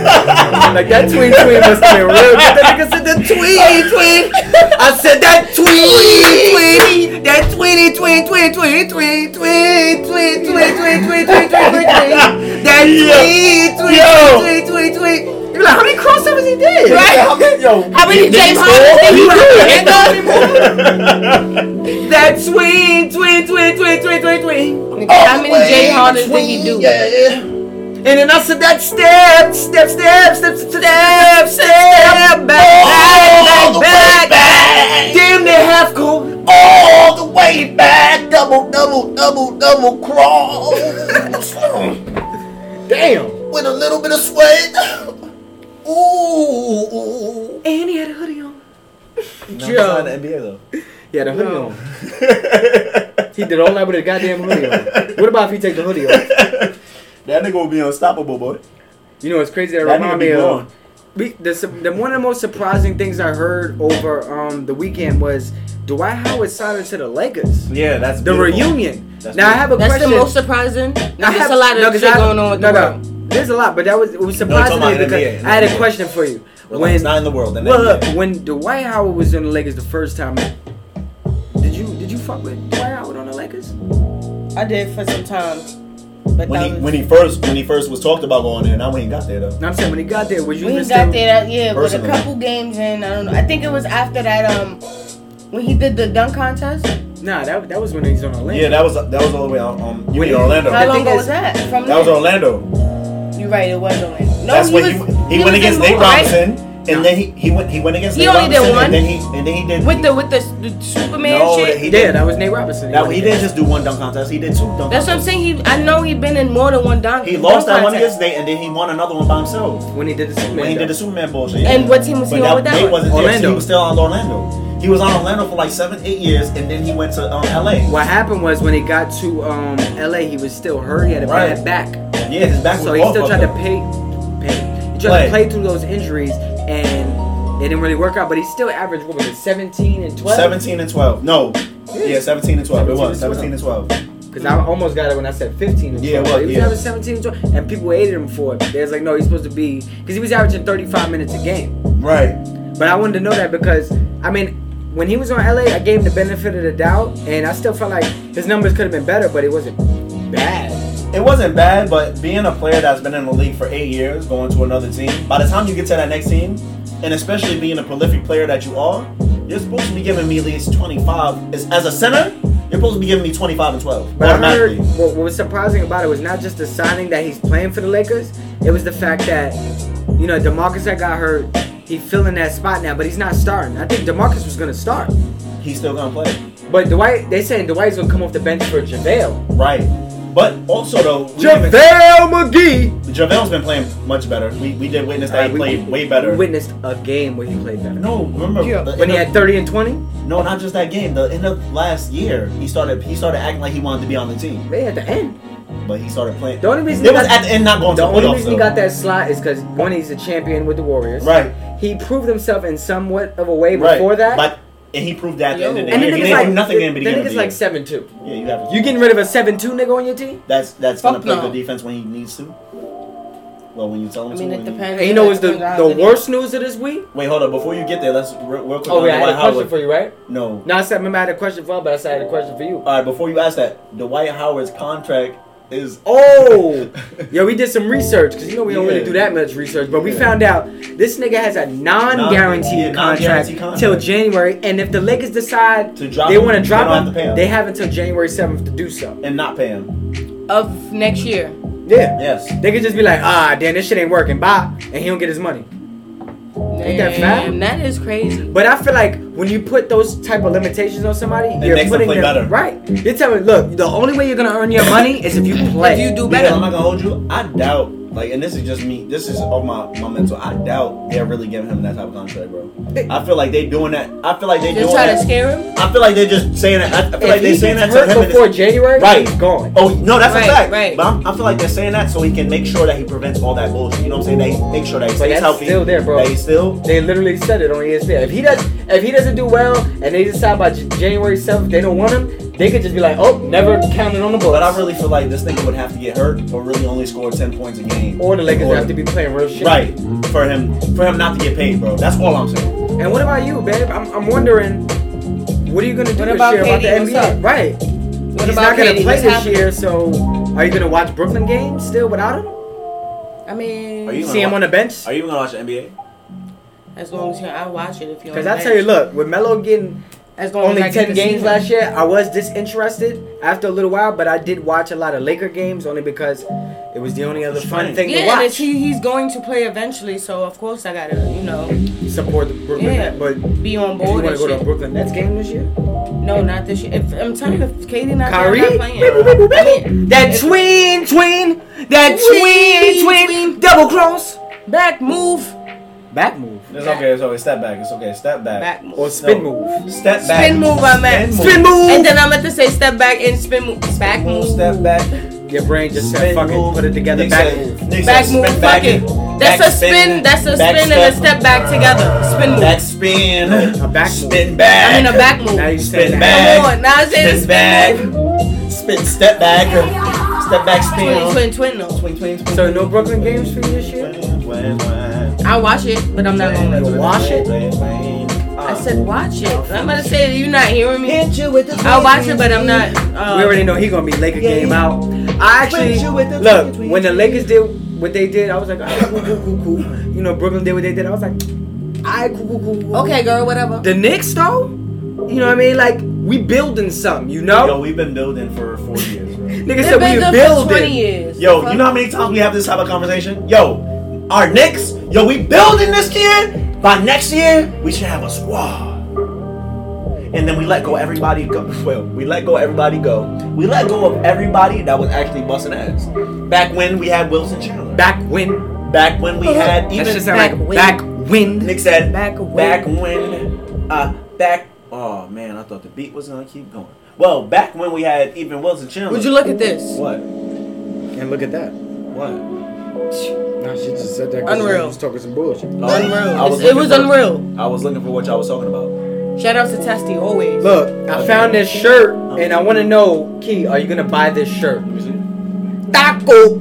S3: like that tween tween must have been real. But that nigga said the tween tween. I said that tween tween. That tweeny tween tween tween tween tween tween tween tween tween tween tween tween. That tween tween tween tween tween. You're like, how many crossovers he did?
S1: Right.
S2: yo,
S1: How many
S2: did he
S1: James
S2: score?
S1: Harden did you
S3: He
S1: have
S3: That tween tween tween tween tween tween tween.
S1: How many Jay Hardens did he do?
S2: Yeah.
S3: And then I said that step step step step step step step back back
S2: All the
S3: back
S2: way
S3: back.
S2: back.
S3: Damn near half court.
S2: All the way back. Double, double, double, double cross.
S3: Damn.
S2: With a little bit of sweat.
S4: Ooh.
S3: And he had a hoodie on.
S2: No,
S3: Yo.
S2: yeah. the NBA though.
S3: He had a hoodie on. He did all that with a goddamn hoodie on. What about if he take the hoodie off?
S2: that nigga will be unstoppable, boy.
S3: You know, it's crazy that,
S2: That nigga
S3: remind
S2: be
S3: me
S2: gone.
S3: of. We, the, su- the, one of the most surprising things I heard over um, the weekend was Dwight Howard signed to the Lakers.
S2: Yeah, that's
S3: The
S2: beautiful.
S3: reunion.
S2: That's
S3: now I have a
S5: That's
S3: question.
S5: the most surprising.
S3: I
S5: There's
S3: have-
S5: a lot
S3: no,
S5: of
S3: 'cause
S5: shit
S3: I-
S5: going on with
S3: no, no.
S5: the world.
S3: There's a lot, but that was it was
S2: talking
S3: surprising to me
S2: about
S3: because
S2: NBA,
S3: I had a
S2: NBA.
S3: question for you.
S2: Relax,
S3: When
S2: not in the world. In the
S3: well,
S2: NBA.
S3: look, when Dwight Howard was on the Lakers the first time, did you did you fuck with Dwight Howard on the Lakers?
S5: I did for some time,
S2: when
S5: but that
S2: he
S5: was-
S2: when he first when he first was talked about going there, not when he got there though.
S3: No, I'm saying when he got there, was you
S5: We
S3: just
S5: got
S3: still-
S5: there, yeah, but a
S2: Personally.
S5: couple games in, I don't know. I think it was after that, um, when he did the dunk contest.
S3: Nah, that, that was when he's on the Lakers.
S2: Yeah, that was that was all the way on um, you
S3: Wait,
S2: mean Orlando.
S3: I
S5: How
S2: That
S5: long
S3: think
S5: ago
S3: it's-
S5: was that? From
S2: was
S5: there?
S2: Orlando.
S5: You're right, it was Orlando. No,
S2: That's
S5: he
S2: when
S5: was,
S2: he, he, went
S5: was
S2: against
S5: in
S2: Nate
S5: Moore, right?
S2: Robinson, and then he, he went he went against
S5: He
S2: Nate
S5: only did
S2: Robinson,
S5: one?
S2: and then he and then he did
S5: with the with the, the Superman
S2: No,
S5: shit.
S2: he
S3: yeah,
S2: did.
S3: that was Nate Robinson.
S2: That, he
S3: went
S2: didn't just do one dunk contest. He did two dunk.
S5: That's what
S2: contests.
S5: I'm saying. He, I know he been in more than one dunk.
S2: He lost
S5: dunk
S2: that one
S5: contest.
S2: against Nate, and then he won another one by himself
S3: there. when he did the Superman.
S2: when he did the
S3: dunk.
S2: Superman bullshit.
S5: And what team was he
S2: But
S5: on with that
S2: Nate
S5: one?
S2: wasn't there, so
S3: Orlando.
S2: he was still on Orlando. He was on Orlando for like seven, eight years, and then he went to um, LA.
S3: What happened was when he got to um, LA, he was still hurt. He had a
S2: Right.
S3: bad back.
S2: Yeah, his back was
S3: So he
S2: all
S3: still
S2: fucked
S3: tried to
S2: up.
S3: pay, pay. He tried
S2: Play.
S3: to play through those injuries, and it didn't really work out. But he still averaged what was it, 17 and 12?
S2: 17 and 12. No. Yeah, 17 and 12. It was 17
S3: 17
S2: and 12.
S3: Because I almost got it when I said 15 and 12.
S2: Yeah, it was,
S3: he was
S2: yeah.
S3: averaging 17 and 12, and people hated him for it. They was like, no, he's supposed to be because he was averaging 35 minutes a game.
S2: Right.
S3: But I wanted to know that because I mean. When he was on LA, I gave him the benefit of the doubt, and I still felt like his numbers could have been better, but it wasn't bad.
S2: It wasn't bad, but being a player that's been in the league for eight years, going to another team, by the time you get to that next team, and especially being a prolific player that you are, you're supposed to be giving me at least 25. As, as a center, you're supposed to be giving me 25 and 12.
S3: But I heard
S2: automatically.
S3: what, what was surprising about it was not just the signing that he's playing for the Lakers. It was the fact that you know Demarcus had got hurt. He filling that spot now, but he's not starting. I think Demarcus was gonna start,
S2: He's still going to play.
S3: but Dwight. They saying Dwight's gonna come off the bench for Javale.
S2: Right. But also, though, we haven't-
S3: McGee.
S2: JaVale's been playing much better. We, we did witness that
S3: Alright,
S2: he
S3: we-
S2: played way
S3: We
S2: better.
S3: witnessed a game where he played better.
S2: no, remember the-
S3: When he had 30 and 20,
S2: No, not just that game. The end of last year, he started he started acting like he wanted to be on the team,
S3: they had the end.
S2: but he started playing.
S3: The only reason
S2: it
S3: he
S2: was
S3: got-
S2: at the end not going
S3: The
S2: to the
S3: only
S2: playoffs,
S3: reason he
S2: though.
S3: got that slot is because one, he's a champion with the Warriors.
S2: Right.
S3: He proved himself in somewhat of a way
S2: right
S3: before that.
S2: Like, and he proved that at the end of the
S3: and
S2: year.
S3: then
S2: He
S3: niggas
S2: didn't
S3: like
S2: do nothing in the
S3: then
S2: beginning of
S3: niggas
S2: the
S3: like
S2: year.
S3: seven two.
S2: Yeah, you have
S3: You getting rid of a seven two nigga on your team?
S2: that's that's gonna
S5: Fuck
S2: play
S5: no.
S2: good defense when he needs to. Well, when you tell him
S5: I
S2: to.
S5: mean, it
S2: when you-
S5: depends.
S3: And you know what's the
S5: Depends on how
S3: the
S5: it is.
S3: worst news of this week?
S2: Wait, hold up. Before you get there, let's real, real quick.
S3: Oh
S2: on
S3: wait, I had
S2: Dwight
S3: a question
S2: Howard.
S3: for you, right?
S2: No.
S3: No, I said remember I had a question for her, but I said I had a question for you.
S2: All right. Before you ask that, Dwight Howard's contract is.
S3: Oh, yo, we did some research because you know we don't
S2: Yeah.
S3: really do that much research, but we
S2: Yeah.
S3: found out this nigga has a
S2: yeah,
S3: non-guaranteed contract
S2: non-guaranteed contract.
S3: till January, and if the Lakers decide
S2: To drop
S3: they
S2: him,
S3: want to
S2: they
S3: drop
S2: don't have
S3: him,
S2: to pay him.
S3: they have until January seventh to do so.
S2: And not pay him.
S5: of next year.
S3: Yeah,
S2: Yes.
S3: they could just be like, ah, damn, this shit ain't working, bye, and he don't get his money. Ain't that fat?
S5: Damn, that is crazy.
S3: But I feel like when you put those type of limitations on somebody, you're
S2: makes them
S3: putting
S2: play better.
S3: right. You're telling, look, the only way you're gonna earn your money is if you play.
S5: If you do
S2: Yeah,
S5: better,
S2: I'm not gonna hold you. I doubt, like, and this is just me. This is on my my mental. I doubt they're really giving him that type of contract, bro. I feel like they doing that. I feel like they
S5: just
S2: doing
S5: try to
S2: that.
S5: scare him.
S2: I feel like they're just saying that. I- I feel
S3: if
S2: like
S3: he
S2: they're saying that
S3: gets
S2: to him.
S3: hurt
S2: and
S3: before
S2: it's-
S3: January,
S2: Right.
S3: he's gone.
S2: Oh no, that's
S5: Right,
S2: a fact.
S5: right.
S2: But I'm, I feel like they're saying that so he can make sure that he prevents all that bullshit. You know what I'm saying? That he make sure that he
S3: But
S2: stays
S3: that's
S2: healthy.
S3: still there, bro.
S2: That he's still.
S3: They literally said it on E ESPN. If he does, if he doesn't do well, and they decide by J- January seventh they don't want him, they could just be like, oh, never counted on the books.
S2: But I really feel like this nigga would have to get hurt or really only score ten points a game.
S3: or the Lakers
S2: Or-
S3: have to be playing real shit.
S2: Right for him for him not to get paid, bro. That's all I'm saying.
S3: And what about you, babe? I'm, I'm wondering, what are you gonna do
S5: What
S3: this
S5: about
S3: year about the
S5: KD? What's
S3: NBA?
S5: up?
S3: Right.
S5: What
S3: He's
S5: about
S3: not gonna
S5: Katie?
S3: play
S5: What's
S3: this
S5: happening?
S3: year, so are you gonna watch Brooklyn games still without him?
S5: I mean,
S2: Are you gonna
S3: See him
S2: wa-
S3: on the bench?
S2: Are you even gonna watch the NBA?
S5: as long as you, I watch it if you.
S3: Because I tell you, look, with Melo getting
S5: as long
S3: only
S5: as I get
S3: ten
S5: to see
S3: games
S5: him.
S3: last year, I was disinterested after a little while, but I did watch a lot of Laker games only because it was the only other fun
S2: Right.
S3: thing to
S5: Yeah, and
S3: watch.
S5: it's, he, he's going to play eventually, so of course I gotta, you know,
S3: Support the Brooklyn
S5: Yeah.
S3: Nets, but if
S5: be on
S3: you
S5: board
S3: want to
S5: and
S3: go to a
S5: shit.
S3: Brooklyn Nets game this year,
S5: No, not this year. If, I'm telling you, if Katie not, there, I'm
S3: Kyrie,
S5: not playing. I mean,
S3: that tween, tween, that
S5: Tween,
S3: tween, tween, double cross.
S5: back move.
S3: Back move.
S4: It's okay. It's okay. Step back. It's okay. Step back.
S1: Back move.
S3: Or spin
S4: No.
S3: move.
S4: Step back.
S1: Spin move, I meant.
S4: Spin
S3: Spin
S1: And
S3: move!
S1: then I meant to say step back and spin move. Back move.
S4: Step back.
S3: Your brain just
S4: Spin
S3: said, fuck
S4: move.
S3: it, put it together,
S4: Nick
S3: back
S4: said-
S3: move.
S4: Nick said
S1: Back
S4: spin
S1: move. Fuck it. That's a
S4: Back
S1: spin. That's a
S4: Back
S1: spin and a step back together. Spin move.
S4: Back spin.
S3: A back move.
S4: Spin back.
S1: I mean a back move.
S3: Now you
S4: Spin
S3: spin back.
S4: back.
S1: Come on. Now I say
S4: Spin back. Spin. Step back. Step back.
S1: Twin,
S4: Spin.
S1: twin, twin, though.
S4: Twin, twin, twin.
S3: So no Brooklyn games for you this year?
S1: I watch it, but I'm not gonna.
S3: You watch it?
S1: I
S2: uh,
S1: said watch it. I'm gonna say you're not hearing me.
S4: Hit you with the
S1: I'll watch it, but I'm not. Uh,
S3: We already know he gonna be Laker game out. I actually
S4: With you, with the-
S3: look when the Lakers did what they did, I was like, all right, cool, cool, cool, cool. You know, Brooklyn did what they did. I was like, I cool, cool, cool, cool.
S1: Okay, girl, whatever.
S3: The Knicks though, you know what I mean? Like we building something, you
S4: Yo,
S3: know?
S4: we've been building for four years, bro.
S3: Nigga
S1: They've
S3: said
S1: been
S3: we
S1: good for 20
S3: building.
S1: years.
S2: Yo, you know how many times we have this type of conversation? Yo, our Knicks, yo, we building this year. By next year, we should have a squad. And then we let go everybody go. Well, we let go everybody go. We let go of everybody that was actually busting ass. Back when we had Wilson Chandler. Back,
S3: Back when?
S2: back when we had
S3: That
S2: even
S3: shit sound like
S1: back when.
S3: back when.
S2: Nick said
S1: Back when.
S2: back when uh back oh man, I thought the beat was gonna keep going. Well, back when we had even Wilson Chandler.
S1: Would you look at this?
S2: what?
S3: And look at that.
S2: What?
S3: Nah, she just said that.
S1: 'cause she Unreal. was
S3: talking some bullshit.
S2: Oh, I
S1: Unreal. It's- it
S2: looking
S1: was
S2: for-
S1: unreal.
S2: I was looking for what y'all was talking about.
S1: Shout out to Testy always.
S3: Look, I found this shirt, and I want to know, Key, are you gonna buy this shirt? Taco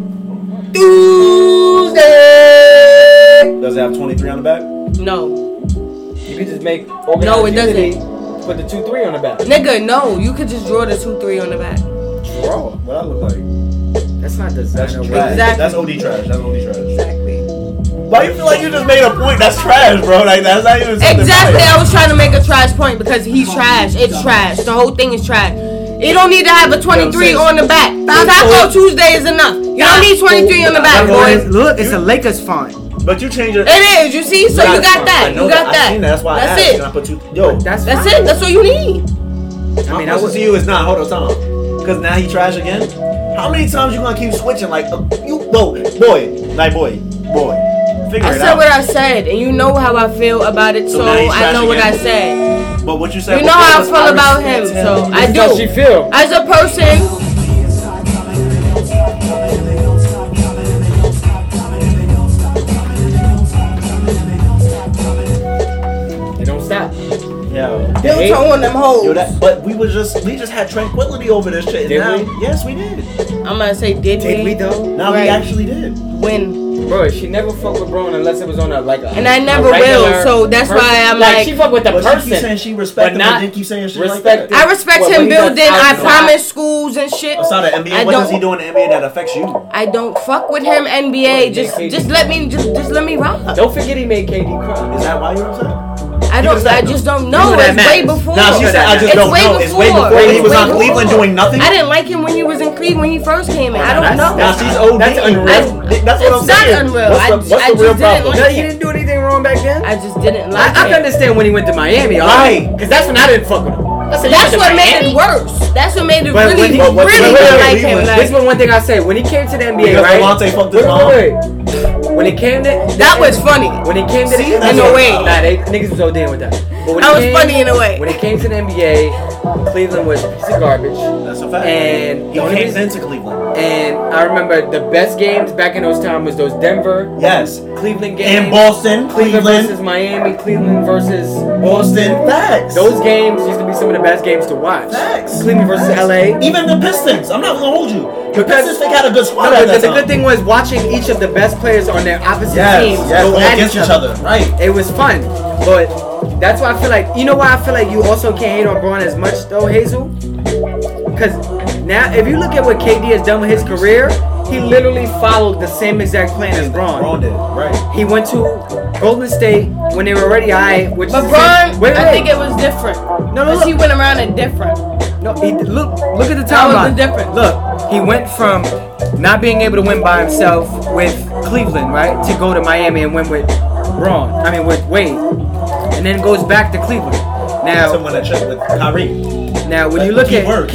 S3: Tuesday.
S2: Does it have 23 on the back?
S1: No,
S3: You can just make
S1: No, it doesn't.
S3: doesn't. Put the two three on the back.
S1: nigga, no. You could just draw the two three on the back.
S3: Bro,
S4: What I look like?
S3: that's not
S4: That's
S3: designer.
S4: trash.
S3: work.
S1: Exactly.
S4: That's OD trash. That's OD trash.
S1: Exactly.
S2: Why you feel like you just made a point that's trash, bro? Like that's not even something
S1: Exactly.
S2: right.
S1: I was trying to make a trash point because he's trash. It's trash. The whole thing is trash. You don't need to have a 23 on the back. Taco Tuesday is enough. You don't need 23 on the back, boys.
S3: Look, it's a Lakers font.
S2: But you changed your.
S1: It is. You see? So you got that.
S2: I know
S1: You got
S2: I
S1: that.
S2: seen that. That's why
S1: That's
S2: I asked.
S1: it.
S2: Can I put two? Yo,
S3: That's
S1: That's
S3: fine.
S1: it. That's all you need.
S2: I mean,
S3: mean, I
S2: my question
S3: would-
S2: to you is not. Hold on, time out. Because now he trash again. How many times you gonna keep switching? Like uh, you, no, boy, like boy, boy. Figure
S1: I
S2: it
S1: said
S2: out.
S1: what I said, and you know how I feel about it,
S2: So
S1: so
S2: now he's
S1: I know
S2: trash
S1: what I
S2: again.
S1: said.
S2: but what you said.
S1: You know
S2: before
S1: how I
S2: was
S1: feel about him,
S2: respect
S1: so I
S3: That's how she
S1: do.
S3: feel.
S1: As a person,
S3: It don't stop.
S2: Yo,
S1: Built
S3: Hey.
S1: on them hoes.
S2: yo, that. But we was just, we just had tranquility over this shit. And
S3: Did
S2: now,
S3: we?
S2: yes, we did.
S1: I'm gonna say, did,
S3: Did we
S1: we?
S3: though?
S2: Now
S1: Right.
S2: we actually did.
S1: Win.
S3: Bro, she never fucked with Braun unless it was on a like a.
S1: And I never will,
S3: a regular
S1: so that's
S3: person.
S1: why I'm like-
S3: she fuck with the
S2: But
S3: person.
S2: she keep saying she respect
S3: but
S2: him,
S3: not
S2: but then keep saying shit
S3: respect
S2: like that.
S1: I respect
S3: Well,
S1: him
S3: when he does
S1: building. I
S3: outside.
S1: promise schools and shit.
S2: Outside of NBA,
S1: I
S2: what
S1: don't-
S2: does he do in the NBA that affects you?
S1: I don't fuck with him, NBA. Just,
S3: Nick Cage.
S1: just let me, just, just let me rock.
S3: Don't forget he made KD cry.
S2: Is that why you're upset?
S1: I
S2: was
S1: don't,
S2: that-
S1: I just don't
S3: You
S1: know.
S3: know that
S1: Oh, It's way
S3: matters.
S1: before.
S2: Nah, she said I just
S1: It's
S2: don't
S1: way
S2: know. It's way
S1: before.
S2: before when he
S1: It's
S2: was
S1: way
S2: on
S1: before.
S2: Cleveland doing nothing.
S1: I didn't like him when he was in Cleveland when he first came in. I don't
S3: that's-
S1: know.
S2: Now she's OD.
S3: That's unreal.
S2: That's, that's what I'm
S1: It's not
S2: saying.
S1: unreal.
S2: What's the,
S1: I-
S2: what's
S1: I
S2: the real
S1: just didn't
S2: problem?
S3: No, you didn't do anything wrong back then.
S1: I just didn't
S3: I,
S1: like
S3: I can
S1: him.
S3: understand when he went to Miami, all
S2: Right.
S3: Cause that's when I didn't fuck with him. I said, you
S1: That's
S3: went to
S1: what made
S3: Miami?
S1: it worse. That's what made it
S2: But
S1: really,
S2: when he- but when-
S1: really
S2: when-
S1: didn't
S2: when
S1: like
S2: he
S1: him.
S2: was-
S1: Like,
S3: This one, one thing I say when he came to the NBA,
S2: Because
S3: right?
S2: Devontae fucked his mom.
S3: When he came to
S1: that was funny.
S3: when he came to the
S2: See,
S3: NBA,
S2: that's
S1: what- way.
S3: nah, they niggas was ODing with that. But when
S1: That
S3: he
S1: was funny in a way.
S3: When it came to the NBA, Cleveland was a piece of garbage.
S2: That's a fact.
S3: And
S2: he
S3: the only
S2: came
S3: reason-
S2: into Cleveland.
S3: And I remember the best games back in those times was those Denver,
S2: Yes.
S3: Cleveland games.
S2: In Boston,
S3: Cleveland versus
S2: Cleveland,
S3: Miami, Cleveland versus
S2: Boston. Facts.
S3: those games used to be some of the best games to watch.
S2: Facts.
S3: Cleveland versus
S2: Facts.
S3: LA.
S2: Even the Pistons. I'm not gonna hold you. The
S3: Because-
S2: Pistons, they got a good squad.
S3: No,
S2: at
S3: but the,
S2: that
S3: the
S2: time.
S3: good thing was watching each of the best players on their opposite
S2: Yes.
S3: teams
S2: Yes.
S3: go
S2: Go
S3: at
S2: against each other. Right.
S3: It was fun, but that's why I feel like you know why I feel like you also can't hate on Braun as much though, Hazel. Because now, if you look at what KD has done with his career, he literally followed the same exact plan as
S2: Braun
S3: Braun.
S2: did. Right.
S3: He went to Golden State when they were already high, which
S1: But
S3: is
S1: Braun,
S3: wait,
S1: I
S3: wait.
S1: think it was different.
S3: No, no,
S1: Because he
S3: look.
S1: went around it different.
S3: No, he, look, look at the
S1: That was the
S3: timeline.
S1: difference.
S3: Look, he went from not being able to win by himself with Cleveland, right, to go to Miami and win with Braun. I mean, with Wade, and then goes back to Cleveland. Now,
S2: Someone that checked with Kyrie.
S3: now when you
S2: That's
S3: look
S2: the
S3: at
S2: key word.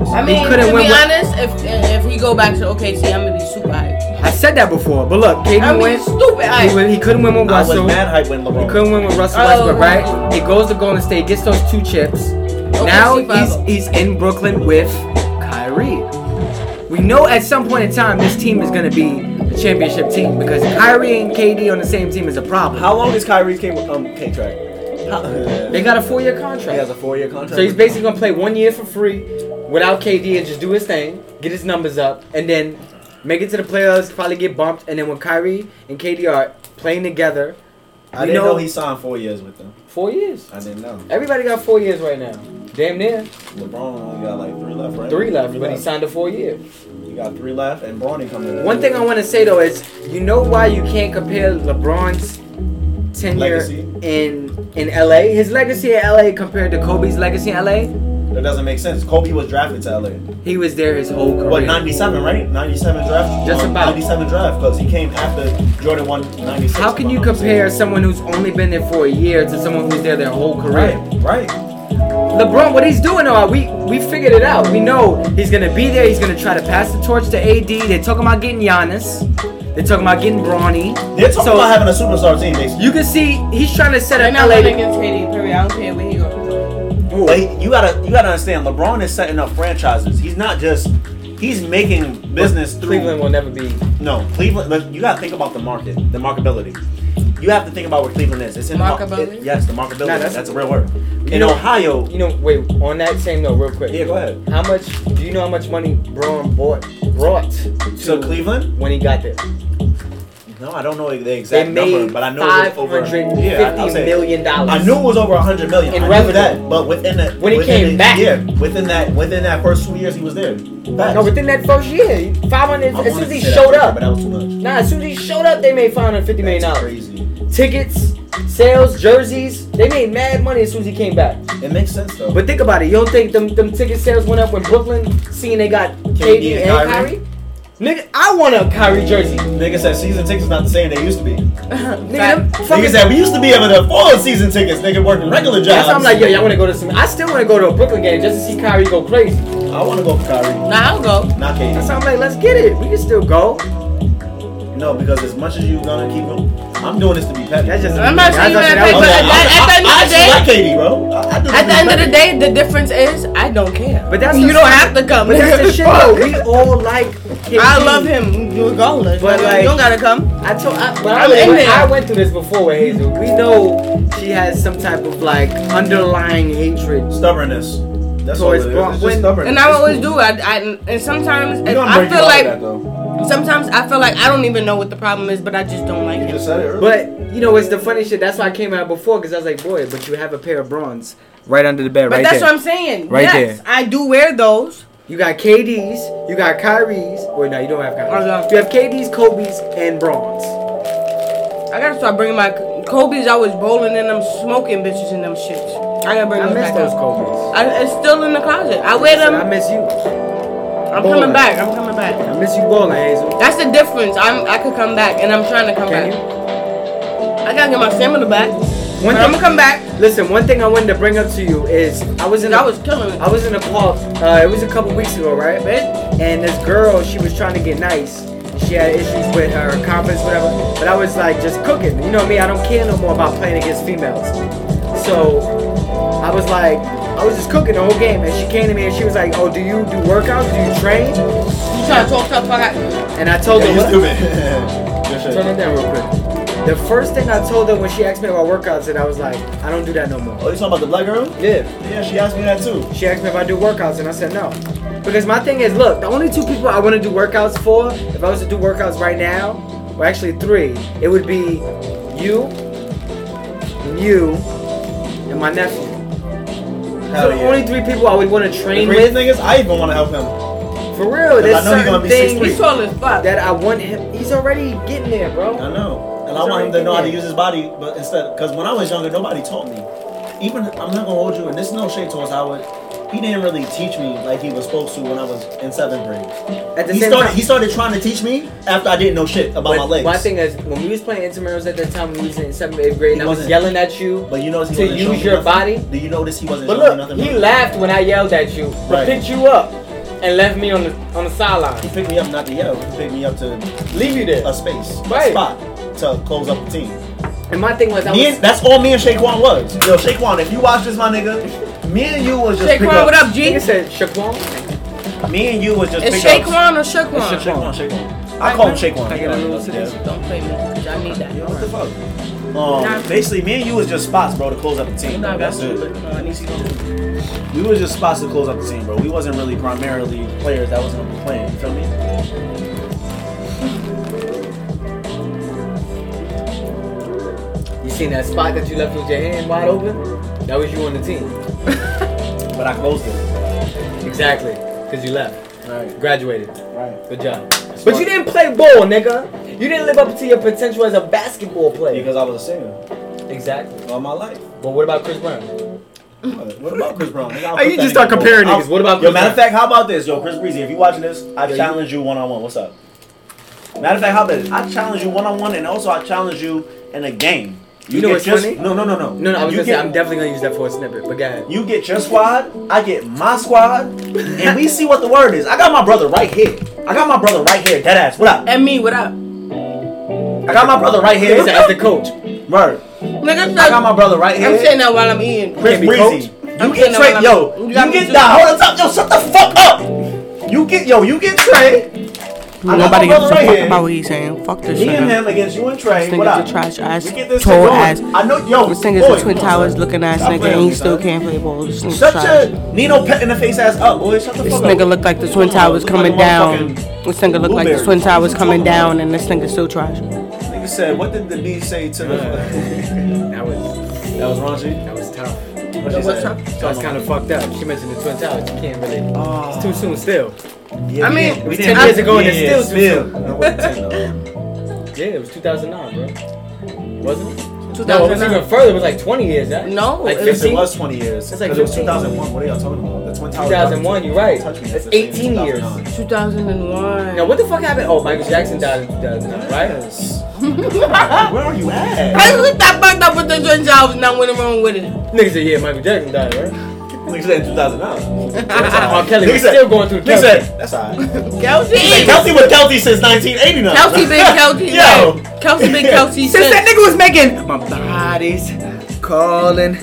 S3: KD,
S1: I mean,
S3: he
S1: to
S3: couldn't
S1: be
S3: win. with-
S1: honest, if if he go back to OKC, I'm gonna be super hyped.
S3: I said that before, but look, Katie
S5: I mean,
S3: went.
S5: stupid.
S3: He,
S5: I,
S3: win- he couldn't win with
S2: I was
S3: Russell.
S2: mad hype when
S3: He
S2: LeBron.
S3: couldn't win with Russell
S5: Oh.
S3: Westbrook, right? He goes to Golden State, gets those two chips. now
S5: see, Pablo.
S3: he's he's in Brooklyn with Kyrie. We know at some point in time this team is gonna be a championship team because Kyrie and KD on the same team is a problem.
S2: How long is Kyrie's King um contract? How-
S3: they got a four-year
S2: He has
S3: contract,
S2: a four-year contract.
S3: so he's basically gonna play one year for free without KD and just do his thing, get his numbers up, and then make it to the playoffs. Probably get bumped, and then when Kyrie and KD are playing together,
S2: I
S3: we
S2: didn't know, he signed four years with them.
S3: four years.
S2: I didn't know.
S3: Everybody got four years right now. Damn near.
S2: LeBron only got like three left, right?
S3: Three left, but he signed a four year.
S2: You got three left, and Bronny coming. in.
S3: One thing I want to say though is, you know why you can't compare LeBron's tenure
S2: Legacy?
S3: in in LA, his legacy in LA compared to Kobe's legacy in LA?
S2: That doesn't make sense. Kobe was drafted to LA.
S3: He was there his whole career.
S2: What, 97, right? 97 draft?
S3: Just
S2: Or
S3: about.
S2: 97 draft, because he came after Jordan won 96.
S3: How can you compare someone who's only been there for a year to someone who's there their whole career?
S2: Right, right.
S3: LeBron, what he's doing now, we we figured it out. We know he's gonna be there. He's gonna try to pass the torch to AD. They're talking about getting Giannis. They're talking about getting Brawny.
S2: They're talking
S3: So-
S2: about having a superstar team, basically.
S3: You can see he's trying to set
S5: right
S3: up
S5: now,
S3: LA.
S5: my nigga's Katie E three. I don't care where he goes.
S2: But he- you gotta you gotta understand LeBron is setting up franchises. He's not just he's making business through
S3: Cleveland will never be.
S2: No, Cleveland. But you gotta think about the market, the marketability. You have to think about where Cleveland is. It's in The, mar-
S5: Marketability?
S2: it- yes, the marketability.
S3: Nah, that's-
S2: that's, a real word. In
S3: know-
S2: Ohio,
S3: You know, wait. On that same note, real quick.
S2: Yeah, go ahead.
S3: How much do you know? How much money Braun bought brought to
S2: so Cleveland.
S3: when he got there?
S2: No, I don't know the exact
S3: they made
S2: number, but I know it was
S3: five
S2: over
S3: hundred fifty
S2: Yeah, I- I'll say-
S3: million dollars.
S2: I knew it was over 100 million.
S3: In
S2: I
S3: revenue.
S2: knew that, but within that,
S3: When he
S2: within
S3: came
S2: the-
S3: back.
S2: yeah, within that, within that first two years he was there. Facts.
S3: No, within that first year, five hundred.
S2: I
S3: As soon
S2: wanted
S3: as
S2: to
S3: he
S2: say that
S3: showed
S2: first,
S3: up,
S2: but that was too much.
S3: nah. As soon as he showed up, they made five hundred fifty million
S2: That's
S3: dollars.
S2: crazy.
S3: Tickets, sales, jerseys. They made mad money as soon as he came back.
S2: It makes sense though.
S3: But think about it. You don't think them, them ticket sales went up when Brooklyn seeing they got KD
S2: KD
S3: and
S2: and
S3: Kyrie? Nigga, I want a Kyrie jersey.
S2: Niggas said season tickets not the same they used to be.
S3: Nigga, them fucking-
S2: Niggas said we used to be able to afford season tickets. Nigga working regular jobs.
S3: That's why I'm like, yo, y'all want to go to some. I still want to go to a Brooklyn game just to see Kyrie go crazy.
S2: I want to go for Kyrie,
S5: Nah, I'll go.
S2: not KD.
S3: That's why I'm like, let's get it. We can still go.
S2: No, because as much as you gonna keep him, I'm doing this to be petty.
S3: That's just.
S5: I'm not saying you
S3: that's-
S5: gotta pay,
S2: I'm
S5: but
S2: like,
S5: at,
S2: I-
S5: the- at the
S2: I,
S5: end of the day,
S2: I actually like KD, bro. I, I do this
S5: at
S2: to
S5: the
S2: be
S5: end of
S2: petty.
S5: the day, the difference is I don't care.
S3: But that's
S5: you
S3: the-
S5: don't have to come.
S3: But that's the shit though. We all like. KD.
S5: I love him regardless.
S3: But, like-
S5: you don't gotta come.
S3: I told. I, but I,
S5: I'm in
S3: went,
S5: there.
S3: I went through this before with Hazel. We know she has some type of like underlying hatred.
S2: stubbornness. That's
S3: So
S2: all it
S3: it's
S2: is.
S3: wrong.
S2: It's
S3: When-
S2: just stubbornness.
S5: And I always do. I, I and sometimes
S2: You gonna
S5: I
S2: break you out of
S5: feel like
S2: that, though.
S5: sometimes I feel like I don't even know what the problem is, but I just don't like
S2: You
S5: him.
S2: just said it earlier.
S3: But you know, it's the funny shit. That's why I came out before because I was like, boy, but you have a pair of bronze right under the bed,
S5: But
S3: right
S5: that's
S3: there.
S5: what I'm saying.
S3: Right
S5: yes,
S3: there.
S5: I do wear those.
S3: you got KD's, you got Kyrie's. Wait, no, you don't have Kyrie's.
S5: I got-
S3: You have KD's, Kobe's, and bronze.
S5: I gotta start bringing my Kobe's. I was bowling and I'm smoking bitches and them shits. I gotta bring
S3: I
S5: those
S3: miss
S5: back
S3: those
S5: up.
S3: Kobe's.
S5: I, it's still in the closet. I wear
S3: Listen, I
S5: them.
S3: miss you.
S5: I'm
S3: bowling.
S5: coming back. I'm coming back.
S3: I miss you bowling, Hazel.
S5: That's the difference. I'm I could come back and I'm trying to come
S3: Can
S5: back. I gotta get my stamina back.
S3: One
S5: But I'm gonna
S3: thing,
S5: come back.
S3: listen, one thing I wanted to bring up to you is I was in a-
S5: I was killing it.
S3: I was in a club. Uh, it was a couple weeks ago, right?
S5: Bitch.
S3: And this girl, she was trying to get nice. She had issues with her confidence, whatever. But I was like, just cooking. You know me, I don't care no more about playing against females. So I was like, I was just cooking the whole game. And she came to me and she was like, Oh, do you do workouts? Do you train?
S5: You trying to talk tough? I got.
S3: And I told
S2: yeah,
S3: her,
S2: you
S3: "Look,
S2: stupid. Good shit.
S3: turn it down real quick. The first thing I told her when she asked me about workouts, and I was like, I don't do that no more.
S2: Oh, you talking about the black girl?
S3: Yeah.
S2: Yeah, she asked me that too.
S3: She asked me if I do workouts, and I said no. Because my thing is, look, the only two people I want to do workouts for, if I was to do workouts right now, or actually three, it would be you, you, and my nephew.
S2: Hell
S3: So the
S2: yeah.
S3: only three people I would want to
S2: The
S3: train
S2: crazy
S3: with.
S2: thing is, I even want to help him.
S3: For
S2: Because
S3: real,
S2: I
S3: there's
S2: know he's gonna
S3: certain
S2: be six
S3: things
S5: He's tall as fuck.
S3: that I want him. He's already getting there,
S2: I
S3: bro.
S2: know, and I want
S3: That's
S2: him
S3: right,
S2: to know how to
S3: yeah.
S2: use his body, but instead, because when I was younger, nobody taught me. Even I'm not gonna hold you, and this is no shade towards Howard. He didn't really teach me like he was supposed to when I was in seventh grade.
S3: At the
S2: He
S3: same
S2: started
S3: time,
S2: he started trying to teach me after I didn't know shit about
S3: but
S2: my legs.
S3: my thing is, when we was playing intramurals at that time, we was in seventh, eighth grade, and
S2: He
S3: I was
S2: wasn't-
S3: yelling at you.
S2: but you notice he
S3: to
S2: wasn't
S3: use
S2: showing me
S3: your
S2: nothing?
S3: body?
S2: Do you notice he wasn't
S3: But
S2: showing me
S3: look,
S2: nothing?
S3: he laughed when I yelled at you, but
S2: Right.
S3: picked you up
S6: and left me on the on the sideline.
S2: He picked me up not to yell. He picked me up to
S6: Leave you there.
S2: a space,
S6: Right.
S2: a spot to close up the team.
S6: And my thing was, I
S2: Me and,
S6: was,
S2: that's all me and Shaquan was. Yo, Shaquan, if you watch this, my nigga, me and you was just pick
S1: Shaquan, what
S2: up.
S1: up, G?
S6: nigga
S1: It's
S6: said Shaquan.
S2: Me and you was just pick up.
S1: Shaquan or Shaquan?
S2: Shaquan, Shaquan. I call him Shaquan.
S3: I
S2: He already
S3: get a little
S2: knows,
S3: to this.
S2: yeah.
S1: Don't play me. I need that.
S2: What the fuck? Um, basically, me and you was just spots, bro, to close up the team. Bro. That's it. We was just spots to close up the team, bro. We wasn't really primarily players that was gonna be playing. You feel me?
S3: You seen that spot that you left with your hand wide open? That was you on the team.
S2: But I closed it.
S3: Exactly. Because you left.
S2: Right,
S3: Graduated.
S2: right.
S3: Good job. But you didn't play ball, nigga. You didn't live up to your potential as a basketball player.
S2: Because I was a singer
S3: Exactly.
S2: all my life.
S3: But what about Chris Brown?
S2: What about Chris Brown? Nigga, I'll
S3: Hey,
S2: put
S3: you
S2: that nigga
S3: just start
S2: in the
S3: comparing
S2: bowl.
S3: niggas. What about
S2: Yo,
S3: Chris
S2: matter of
S3: Brown?
S2: fact, how about this? Yo, Chris Breezy, if you watching this, I challenge you one on one. What's up? Matter of fact, how about this? I challenge you one on one, and also I challenge you in a game.
S3: You know
S2: get
S3: what's
S2: your-
S3: funny?
S2: No, no, no, no.
S3: No, no, I was
S2: you
S3: gonna
S2: get,
S3: say I'm definitely gonna use that for a snippet. But go ahead.
S2: You get your squad, I get my squad, and we see what the word is. I got my brother right here. I got my brother right here. Dead ass. What up?
S1: And me, what up?
S2: I got my brother right
S3: He said,
S2: here.
S3: as the coach.
S2: Word.
S1: Nigga,
S2: I got my brother right here.
S1: I'm saying that while I'm eating.
S2: Chris
S3: Can't be
S2: Breezy.
S1: I'm
S2: You get
S1: saying
S2: Trey.
S1: that
S2: Yo,
S1: when I'm-
S2: you
S1: you got me
S2: get
S1: too.
S2: nah. Hold up. Yo, shut the fuck up. You get yo. You get Trey. I got my brother right here.
S7: what he's saying. Fuck this
S2: Me and him against you and Trey. What up?
S7: Niggas a trash ass,
S2: We get this shit
S7: tall
S2: going.
S7: ass.
S2: I know. Yo,
S7: This nigga's
S2: boy,
S7: a Twin
S2: come on,
S7: Towers
S2: son.
S7: looking ass
S2: Stop
S7: nigga
S2: playing
S7: and
S2: with
S7: he
S2: me,
S7: still
S2: son.
S7: can't play ball. This nigga's
S2: Shut
S7: trash.
S2: your Nino pet in the face ass up, boy. Shut the
S7: This
S2: fuck
S7: nigga
S2: up.
S7: look like the Twin
S2: Come on,
S7: Towers
S2: look like
S7: coming
S2: a
S7: down.
S2: motherfucking
S7: This nigga look like the
S2: blueberry.
S7: Twin Towers coming
S2: Talking about
S7: down and this nigga's still trash.
S2: it. Nigga said, what did the B say to the?
S3: That was
S2: that was raunchy.
S3: that was tough.
S2: What she
S1: What's up?
S2: said?
S3: That's kind of fucked up. She mentioned the Twin Towers. You can't really. It's too soon still.
S2: Oh. Yeah,
S1: I
S2: we
S1: mean,
S2: didn't-
S1: it
S2: we
S1: was
S2: didn't-
S1: 10 years
S3: ago and it's
S2: yeah,
S3: still too
S2: No, it wasn't 10 though.
S3: Yeah, it was 2009, bro. Wasn't it? No, it was
S1: 2009.
S3: even further. It was like 20 years. that-
S1: No,
S3: like
S1: it
S2: Yes,
S3: 15.
S2: it was 20 years.
S3: It's like
S2: Because it was
S3: 15.
S2: 2001. What are y'all talking about? The Twin Towers.
S3: 2001, you're right.
S2: Touch me,
S3: That's
S2: the same
S3: 18 years.
S2: 2009.
S1: 2001.
S3: Now what the fuck happened? Oh, Michael Jackson died in 2009, right?
S2: Yes. Where are you at?
S1: Hey, look that fucked up with the joint jobs not went wrong with it.
S3: Niggas said, yeah, Michael Jackson died, right?
S2: Nigga said 2009.
S3: R. Kelly
S2: Nigga
S3: was
S2: said-
S3: still going through
S2: Nigga
S3: Kelly.
S2: said, that's alright.
S1: Kelsey.
S2: Kelsey was Kelsey since 1989.
S1: Kelsey been Kelsey.
S2: Yo.
S1: right? Kelsey been Kelsey
S3: Since that
S1: since.
S3: nigga was making my body's calling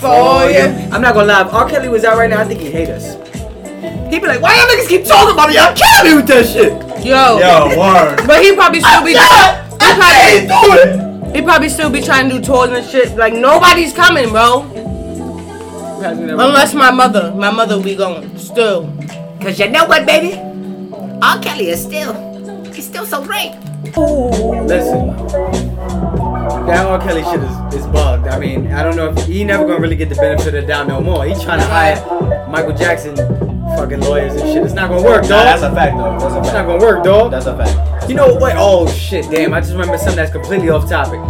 S3: for you. Oh, I'm not gonna lie, if R. Kelly was out right now, I think he'd hate us. He'd be like, why y'all niggas keep talking about me? Y'all killing me with that shit.
S1: Yo.
S2: Yo, word.
S1: But he probably still be. He
S2: Dude.
S1: probably, he probably still be trying to do tours and shit. Like nobody's coming, bro. Unless my mother. My mother be going still.
S8: Cause you know what, baby? R. Kelly is still, he's still so great.
S3: Listen, that R. Kelly shit is, is bugged. I mean, I don't know if he never gonna really get the benefit of the doubt no more. He trying to hire Michael Jackson fucking lawyers and shit. It's not gonna work, dog.
S2: Nah, that's a fact, though. That's a
S3: it's not
S2: fact.
S3: gonna work, dog.
S2: That's a fact.
S3: You know what? Oh shit, damn! I just remember something that's completely off topic.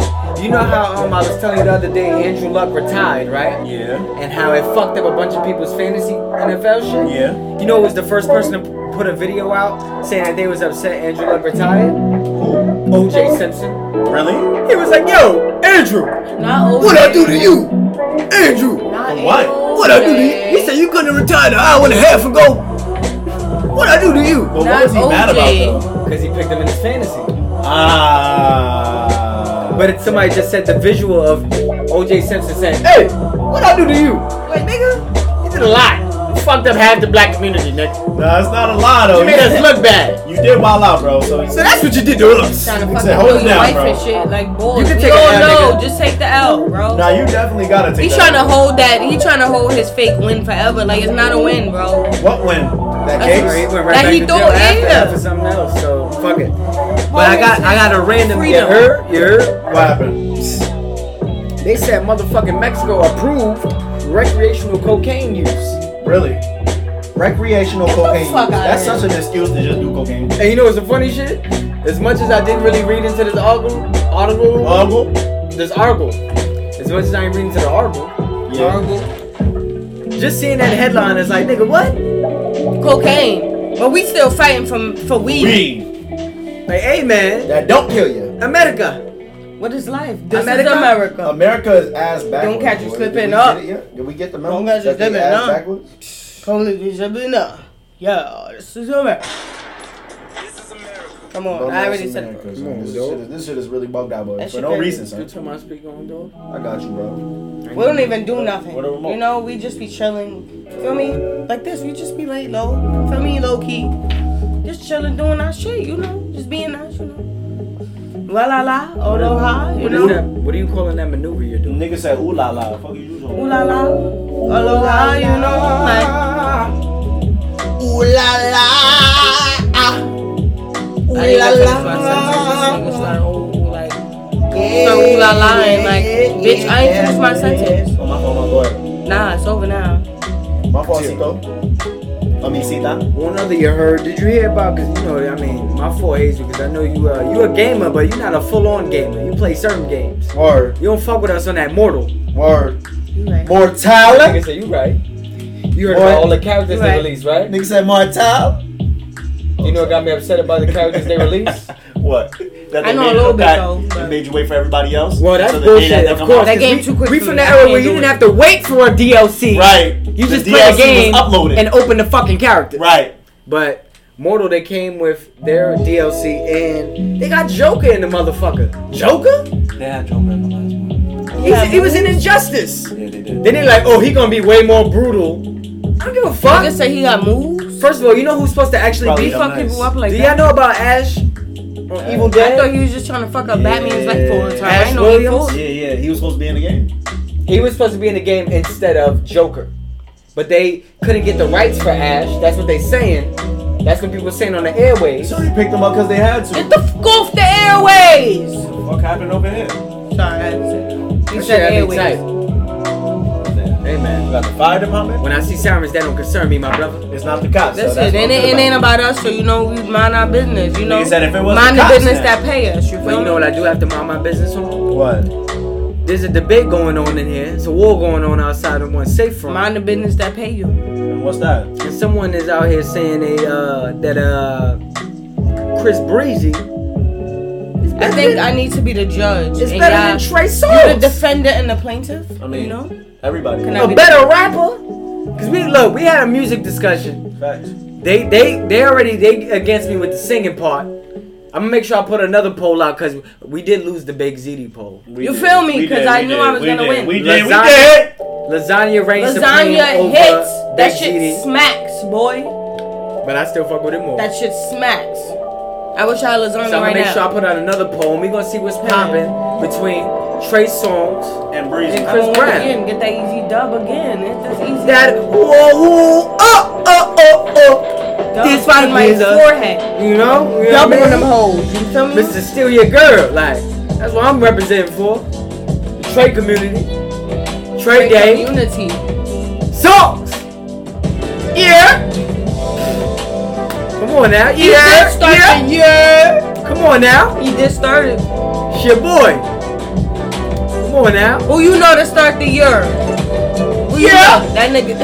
S3: You know how um, I was telling you the other day Andrew Luck retired, right?
S2: Yeah.
S3: And how it fucked up a bunch of people's fantasy NFL shit.
S2: Yeah.
S3: You know, who was the first person to put a video out saying that they was upset Andrew Luck retired. OJ Simpson.
S2: Really?
S3: He was like, "Yo, Andrew,
S1: Not over.
S3: what I do to you, Andrew?
S2: What?
S3: What I do to you?" He said, "You couldn't retire an hour and a half ago. What I do to you?"
S2: But what was he mad
S1: OJ.
S2: about, though?
S3: Because he picked him in his fantasy.
S2: Ah.
S3: But it, somebody just said the visual of OJ Simpson saying, "Hey, what I do to you?" Like, nigga, you did a lot. You fucked up half the black community, nigga.
S2: Nah, it's not a lie, though. You did,
S3: look bad.
S2: you did wild out, bro. So,
S3: So that's what you did to us.
S1: Trying to
S2: He
S1: fucking
S2: said, hold
S1: kill
S2: it
S1: your
S2: down,
S1: wife
S2: bro.
S1: and shit. Like, boy,
S3: You
S1: you
S3: can
S1: can
S3: take
S1: all
S3: an L,
S1: know.
S3: nigga.
S1: Just take the L, bro.
S2: nah, you definitely gotta take
S1: He
S2: that.
S1: trying to hold that. He trying to hold his fake win forever. Like it's not a win, bro.
S2: What win? That
S1: That's
S2: case?
S1: right.
S3: He went right
S1: That
S3: back
S1: he
S3: to
S1: thought,
S3: jail after
S1: yeah.
S3: that for something else. So fuck it. But I got I got a random. You
S1: Freedom.
S3: heard? You heard?
S2: What happened?
S3: They said motherfucking Mexico approved recreational cocaine use.
S2: Really? Recreational
S1: Get the
S2: cocaine.
S1: fuck outta
S2: That's
S1: here.
S2: such an excuse to just do cocaine.
S3: And you know what's the funny shit? As much as I didn't really read into this article, article,
S2: Bubble?
S3: this article. As much as I ain't reading to the article,
S2: Yeah.
S3: article, Just seeing that headline is like, nigga, what?
S1: Cocaine. But we still fighting from for weed.
S2: Weed.
S3: Like, hey man,
S2: That don't kill you.
S3: America.
S1: What is life? This
S3: America?
S1: is America.
S2: America is ass backwards.
S1: Don't catch you
S2: boy.
S1: slipping
S2: Did we
S1: up.
S2: get it yet? Did we get the memo?
S1: Don't catch you
S2: That they
S1: slipping
S2: ass
S1: up.
S2: backwards?
S1: Come to the Sabina. Yo, this is America. Come on, I already said it.
S2: America, son. This, shit is, this shit is really bugged out, boy.
S1: That
S2: For
S1: shit
S2: no
S1: crazy.
S2: reason,
S9: You
S2: son.
S9: turn my speaker on, dog.
S2: I got you, bro.
S1: We don't even do nothing.
S2: What a remote.
S1: You know, we just be chilling. Feel me? Like this, we just be laid low. Feel me? Low key. Just chilling, doing our shit, you know? Just being nice, you know? La la la, oh la la, you
S3: What is that?
S1: know?
S3: What are you calling that maneuver you're doing?
S2: Nigga said, ooh la la. Fuck you,
S1: Ooh
S2: doing?
S1: la la, oh la la, you know? Like,
S4: Ooh la la. Ooh
S1: I ain't
S4: la
S1: got
S4: la.
S1: to finish my sentence. This nigga's like, oh, like, so ooh la la, and like, bitch, I ain't finished my sentence.
S2: Oh, my fault, my boy.
S1: Nah, it's over now.
S2: My fault, Cito. I mean, Sita.
S3: One other you heard? Did you hear about? Cause you know, I mean, my fault hates you because I know you. Uh, you a gamer, but you're not a full-on gamer. You play certain games.
S2: Word.
S3: You don't fuck with us on that mortal.
S2: Word.
S1: You like,
S2: Mortal.
S9: Nigga said you right.
S3: You heard
S9: About
S3: about
S9: all the characters they
S1: Right.
S9: released, right?
S2: Nigga said Mortal.
S9: You know what got me upset about the characters they released?
S2: What? That
S1: I
S2: they
S1: know
S2: made
S1: a
S2: you
S1: little
S2: come
S1: bit,
S2: back
S1: though,
S2: and
S1: but-
S2: made you wait for everybody else.
S3: Well, that's
S2: So the day
S3: bullshit.
S2: that they
S3: of
S2: come
S3: course,
S2: out-
S1: That game
S3: we,
S1: too quick
S3: We
S1: for
S3: from
S1: me.
S3: the
S1: I
S3: era
S1: can't
S3: where you
S1: do
S3: didn't
S1: it.
S3: have to wait for a DLC.
S2: Right.
S3: You just
S2: the
S3: play the
S2: DLC
S3: game
S2: Was uploaded.
S3: and open the fucking character.
S2: right.
S3: But Mortal, they came with their DLC and they got Joker in the motherfucker. Joker?
S10: They had Joker in the last one.
S3: He's, he was an injustice.
S10: Yeah, they did.
S3: Then they like, oh, he gonna be way more brutal. I don't give a
S1: Nigga
S3: fuck.
S1: said he got moves.
S3: First of all, you know who's supposed to actually
S2: Probably
S3: be
S2: don't.
S3: fucking.
S1: Fuck people up like
S3: Do
S1: that.
S3: y'all know about Ash on Evil
S1: I thought
S3: Dead?
S1: he was just trying to fuck up Batman's life for a time. I
S3: Ash
S1: ain't know he
S3: Williams?
S1: full-
S2: Yeah, yeah. He was supposed to be in the game.
S3: He was supposed to be in the game instead of Joker, but they couldn't get the rights for Ash. That's what they saying. That's what people saying on the airwaves.
S2: So they picked them up because they had to.
S1: Get the fuck off the airways!
S2: What happened over here?
S1: Sorry, I didn't say that. He
S3: That shit
S1: said
S3: had me
S1: airways.
S3: tight. Hey man,
S2: You got the fire department.
S3: when I see sirens, that don't concern me, my brother.
S2: It's not the cops.
S1: That's
S2: so
S1: it.
S2: what
S1: And
S2: I'm
S1: it, it
S2: about.
S1: ain't about us, so you know we mind our business. You know,
S2: Nigga said if it wasn't
S1: mind
S2: cops,
S1: business
S2: then-
S1: that pay us. You
S3: But
S1: feel
S3: you know what
S1: me?
S3: I do have to mind my business on?
S2: What?
S3: There's a debate going on in here. It's a war going on outside of one safe from.
S1: Mind the business that pay you.
S2: And what's that?
S3: And someone is out here saying they, uh, that uh, Chris Breezy is
S1: I think I need to be the judge.
S3: better
S1: and y'all-
S3: than Trey
S1: you the
S3: Songz,
S1: defender and the plaintiff.
S2: I mean,
S1: you know,
S2: Everybody.
S1: Can I-
S3: a better rapper. Cause we look, we had a music discussion.
S2: Facts.
S3: They they they already they against me with the singing part. I'm gonna make sure I put another poll out because we did lose the Big ZD poll.
S2: We
S1: You
S2: did,
S1: feel me?
S2: we
S1: 'Cause
S2: did,
S1: I
S2: we
S1: knew
S2: did,
S1: I was
S2: we
S1: gonna
S2: did,
S1: win.
S2: We did. We
S3: Lasagna-
S2: did.
S3: Lasagna reigns
S1: lasagna
S3: supreme
S1: hits.
S3: over
S1: That
S3: Big
S1: shit
S3: ZD,
S1: smacks, boy.
S3: but I still fuck with it more.
S1: That shit smacks. I wish I had lasagna
S3: So I'm gonna
S1: right
S3: make
S1: now.
S3: sure I put out another poll. and We gonna see what's popping between Trey Songz
S2: And breezy.
S3: and
S1: I
S3: Chris
S1: mean,
S3: Brown.
S1: again, get that easy dub again. It's just easy.
S3: That whoa, oh, oh, oh,
S1: dub
S3: this fight
S1: in my
S3: is a-
S1: forehead.
S3: oh. You know, you know
S1: Double
S3: what I
S1: them
S3: mean?
S1: hoes. You feel me?
S3: Mr. Steal Your Girl, like that's what I'm representing for. The Trey community, Trey Day,
S1: Unity.
S3: songs. Yeah. Come on now,
S1: He did
S3: yeah,
S1: start
S3: yeah.
S1: the year.
S3: Come on now,
S1: He did start it.
S3: it's your boy. Come on now,
S1: Who you know to start the year? Who you
S3: Yeah.
S1: know? That nigga.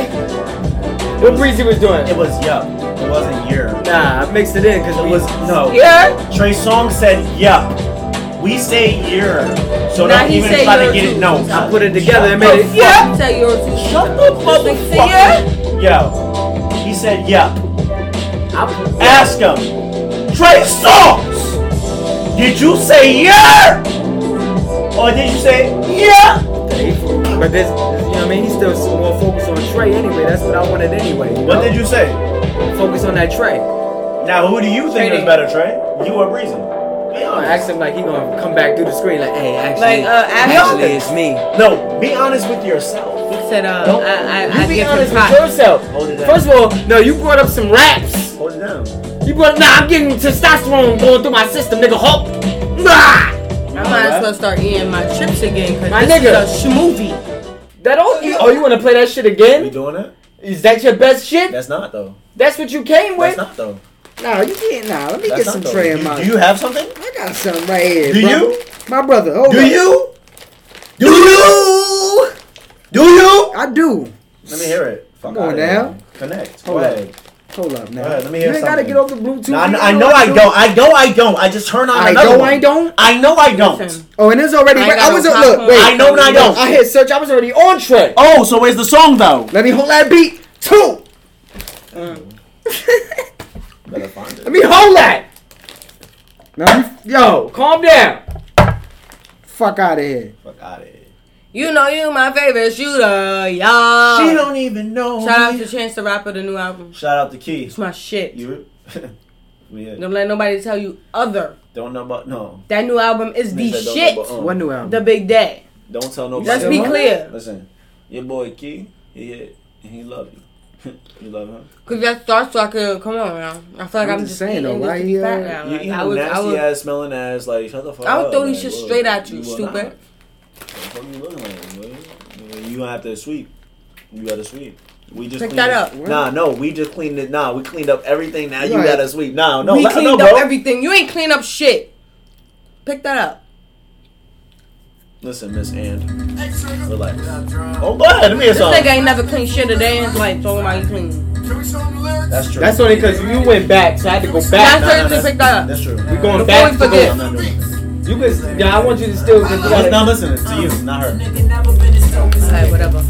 S3: what Breezy was doing?
S2: It was yup. It wasn't year.
S3: Nah, I mixed it in because
S2: It was no.
S1: Yeah.
S2: Trey Songz said yup. We say year. So
S1: Nah,
S2: don't
S1: he
S2: even
S1: said
S2: try to
S1: year
S2: get it.
S1: too.
S2: No.
S3: I put it together and made it.
S1: Yeah. Tell your two.
S2: Shut the
S1: This nigga say,
S2: motherfucker. Yo. He said yup.
S3: I-
S2: Ask him. Trey Songz. Did you say yeah? Or did you say yeah?
S3: But this, you know what I mean? He's still more focused on Trey anyway. That's what I wanted anyway. You
S2: What did you say?
S3: you focus on that Trey?
S2: Now who do you think is
S1: Trey.
S2: better, Trey? You or Breezy? Be
S3: I
S2: honest.
S3: asked him like he gonna come back through the screen like, hey, actually,
S1: Like, uh,
S3: actually,
S1: actually-
S3: it's me.
S2: No, be honest with yourself.
S1: He said, uh,
S2: Don't-
S1: I,
S3: You
S1: I, I
S3: be
S1: give
S3: honest
S1: him
S3: with
S1: props.
S3: yourself.
S2: Hold it down.
S3: First of all, no, you brought up some raps.
S2: Hold it down.
S3: You brought nah, I'm getting testosterone going through my system, nigga. Hulk. Nah,
S1: I might as well start eating my chips again
S3: My
S1: because this
S3: nigga.
S1: is a schmovie.
S3: that all you? Oh, you wanna play that shit again?
S2: doing that?
S3: Is that your best shit?
S2: That's not though.
S3: That's what you came with?
S2: not though.
S3: Nah, you can't. Nah, let me
S2: That's
S3: get
S2: not
S3: some
S2: though.
S3: Trey
S2: Do
S3: in my.
S2: you have something?
S3: I got something right here.
S2: Do
S3: bro.
S2: you?
S3: My brother. Hold
S2: Do
S3: on.
S2: you? Do you? Do you?
S3: I do.
S2: Let me hear it. Fuck
S3: Come on
S2: outta here.
S3: now.
S2: Connect. Go
S3: Hold on.
S2: ahead.
S3: Hold up now.
S2: All right, let me
S3: you
S2: hear
S3: ain't gotta
S2: something.
S3: get off the Bluetooth.
S2: No, I,
S3: You
S2: kn- I know
S3: what
S2: I
S3: do.
S2: don't. I know I don't. I just turn on
S3: I
S2: another
S3: know
S2: one.
S3: I don't.
S2: I know I don't.
S1: Listen.
S3: Oh, and it's already.
S1: I
S3: I,
S1: ain't got
S3: was
S1: no
S3: look.
S1: popcorn.
S3: Wait,
S2: I know and I don't.
S3: I hit search. I was already on Trey.
S2: Oh, so where's the song though?
S3: Let me hold that beat. Two.
S2: Better find it.
S3: Let me hold that.
S11: Now you, yo,
S3: Calm down.
S11: fuck out of here.
S2: Fuck out of here.
S1: You know you my favorite shooter, y'all.
S3: Uh,
S2: She don't even know.
S1: Shout out
S2: me.
S1: to Chance the Rapper, the new album.
S2: Shout out to Key.
S1: It's my shit.
S2: You. yeah.
S1: Don't let nobody tell you other.
S2: Don't know about no.
S1: That new album is the
S2: Niggas that don't
S1: shit.
S2: know about, um,
S11: What new
S3: uh.
S11: album?
S1: The Big Day.
S2: Don't tell nobody.
S1: Let's be clear.
S2: Listen, your boy Key, he hit and he love you. you love him.
S1: Cause that starts so I could come on now. I feel
S11: I'm
S1: like I'm,
S11: just
S1: just
S11: saying,
S1: saying
S11: though,
S1: though.
S11: why
S1: Why
S11: he, uh,
S2: you
S1: like,
S2: eat
S1: I
S2: him
S1: was, I
S2: nasty
S1: was,
S2: ass, uh, smelling ass. Like shut the fuck
S1: I would
S2: up,
S1: throw these
S2: like,
S1: shit
S2: whoa,
S1: straight at you,
S2: will
S1: stupid.
S2: not. What the fuck you looking like? boy? You gonna have to sweep. You gotta sweep. We just
S1: Pick
S2: cleaned
S1: that
S2: it-
S1: up.
S2: Nah, no, we just cleaned it. Nah, we cleaned up everything. Now you
S11: Right.
S2: gotta sweep. Nah, no,
S1: we
S2: let- no,
S1: cleaned
S2: bro.
S1: up everything. You ain't clean up shit. Pick that up.
S2: Listen, Miss And, relax. Oh, go ahead. Let me hear
S1: This nigga
S2: something.
S1: ain't never clean shit a day in his life. Talking about you clean.
S2: That's true.
S3: That's only because you went back, so I had to go
S1: Nah,
S3: back.
S1: nah,
S2: Nah, nah,
S1: Seriously,
S2: nah.
S1: pick that up.
S2: That's true.
S3: We're
S1: Before
S3: going back.
S1: we
S3: to
S1: forget,
S2: I'm not doing it.
S3: You can, yeah, I want you to still. 'cause you
S2: Now
S3: gotta-
S2: listen, it's to you, not her.
S1: like whatever.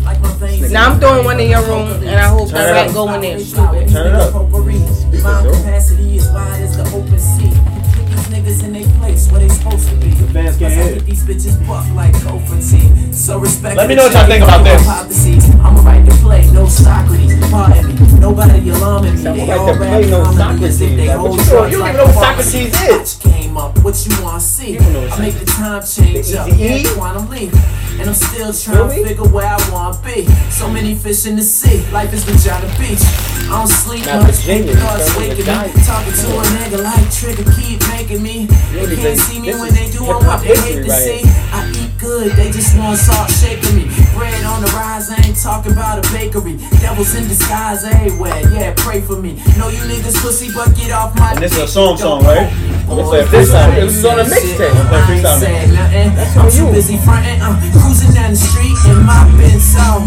S1: Now I'm throwing one in your room, and I hope that rat go in there. Stupid.
S2: Turn it up.
S12: My capacity is wide as the open sea. Put these niggas in their place where they supposed to be.
S2: fans can't
S12: Plus, I
S2: hear it.
S12: get these bitches buff like Gopher team. So respect.
S2: Let me
S12: the
S2: know what y'all think about this.
S12: hypotheses. I'm a right to play, no Socrates. Pardon me, nobody alarming me. They
S3: right
S12: all
S3: to play,
S12: rap
S3: no
S12: commonly as
S3: Socrates.
S12: if
S3: Like,
S12: they
S3: what you
S12: hold
S3: doing?
S12: drugs
S3: You don't
S12: like
S3: even know what
S12: Socrates
S3: Socrates is.
S12: Watch came up. What you wanna see? I make the time change up. Yeah, quantum leap. And I'm still trying to figure where I wanna be. So many fish in the sea. Life is Vagina Beach. I don't sleep
S3: Not
S12: much.
S3: Virginia,
S12: Thoughts
S3: it's
S12: waking me.
S3: Virginia.
S12: Talking to a nigga like Trigger keep making me. They can't see me
S3: This
S12: when
S3: is
S12: they do.
S3: hip-hop
S12: I'm what they
S3: history
S12: hate to
S3: right
S12: see.
S3: here.
S12: I eat good, they just want salt shaking me. Bread on the rise, I ain't talking about a bakery. Devils in disguise everywhere, yeah, pray for me. Know you niggas pussy, but get off my
S2: And this is a
S12: dick.
S2: song song, right? I'm gonna play a
S3: This is-
S2: freestyle.
S3: it was on a mixtape.
S2: I'm gonna play a freestyle.
S12: Said nothing. I'm too busy fronting, uh, cruising down the street in my Benz out.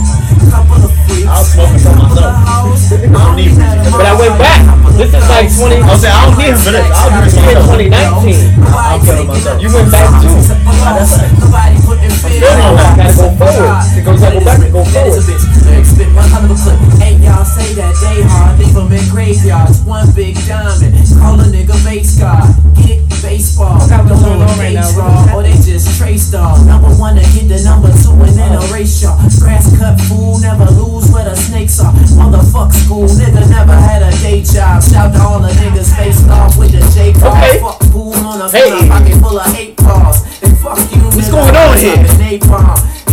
S12: Couple of freaks,
S2: I'll smoke it for
S12: couple of
S2: myself.
S12: hoes. I
S2: don't need freaks.
S3: But I went back. This is like 20.
S2: I'll say, I don't need him for this. I'll do this
S3: Yeah,
S2: myself.
S3: 2019.
S2: I'll put it myself.
S3: You went back too.
S12: Nobody putting fear
S3: Still
S12: in
S3: no
S12: me.
S3: back. Gotta go forward. It goes like go back and go
S12: That
S3: forward.
S12: is a bitch. Lyrics spit 100 of a clip. Hey, y'all say that they hard. Leave 'em in graveyards. One big diamond. Call a nigga base guard. Get baseball.
S1: got what's
S12: Don't
S1: going
S12: know
S1: on
S12: if
S1: right
S12: they
S1: now.
S12: draw or they just trace star. Number one to get the number two and then erase y'all. Grass cut fool. Never lose where the snakes are. Motherfuck school. Nigga never had a day job. Shout to all the niggas faced off with the J. Cole.
S3: Okay.
S12: Fuck fool on a
S3: Hey.
S12: hey. pocket full of eight balls. And fuck you, What's
S3: going on here?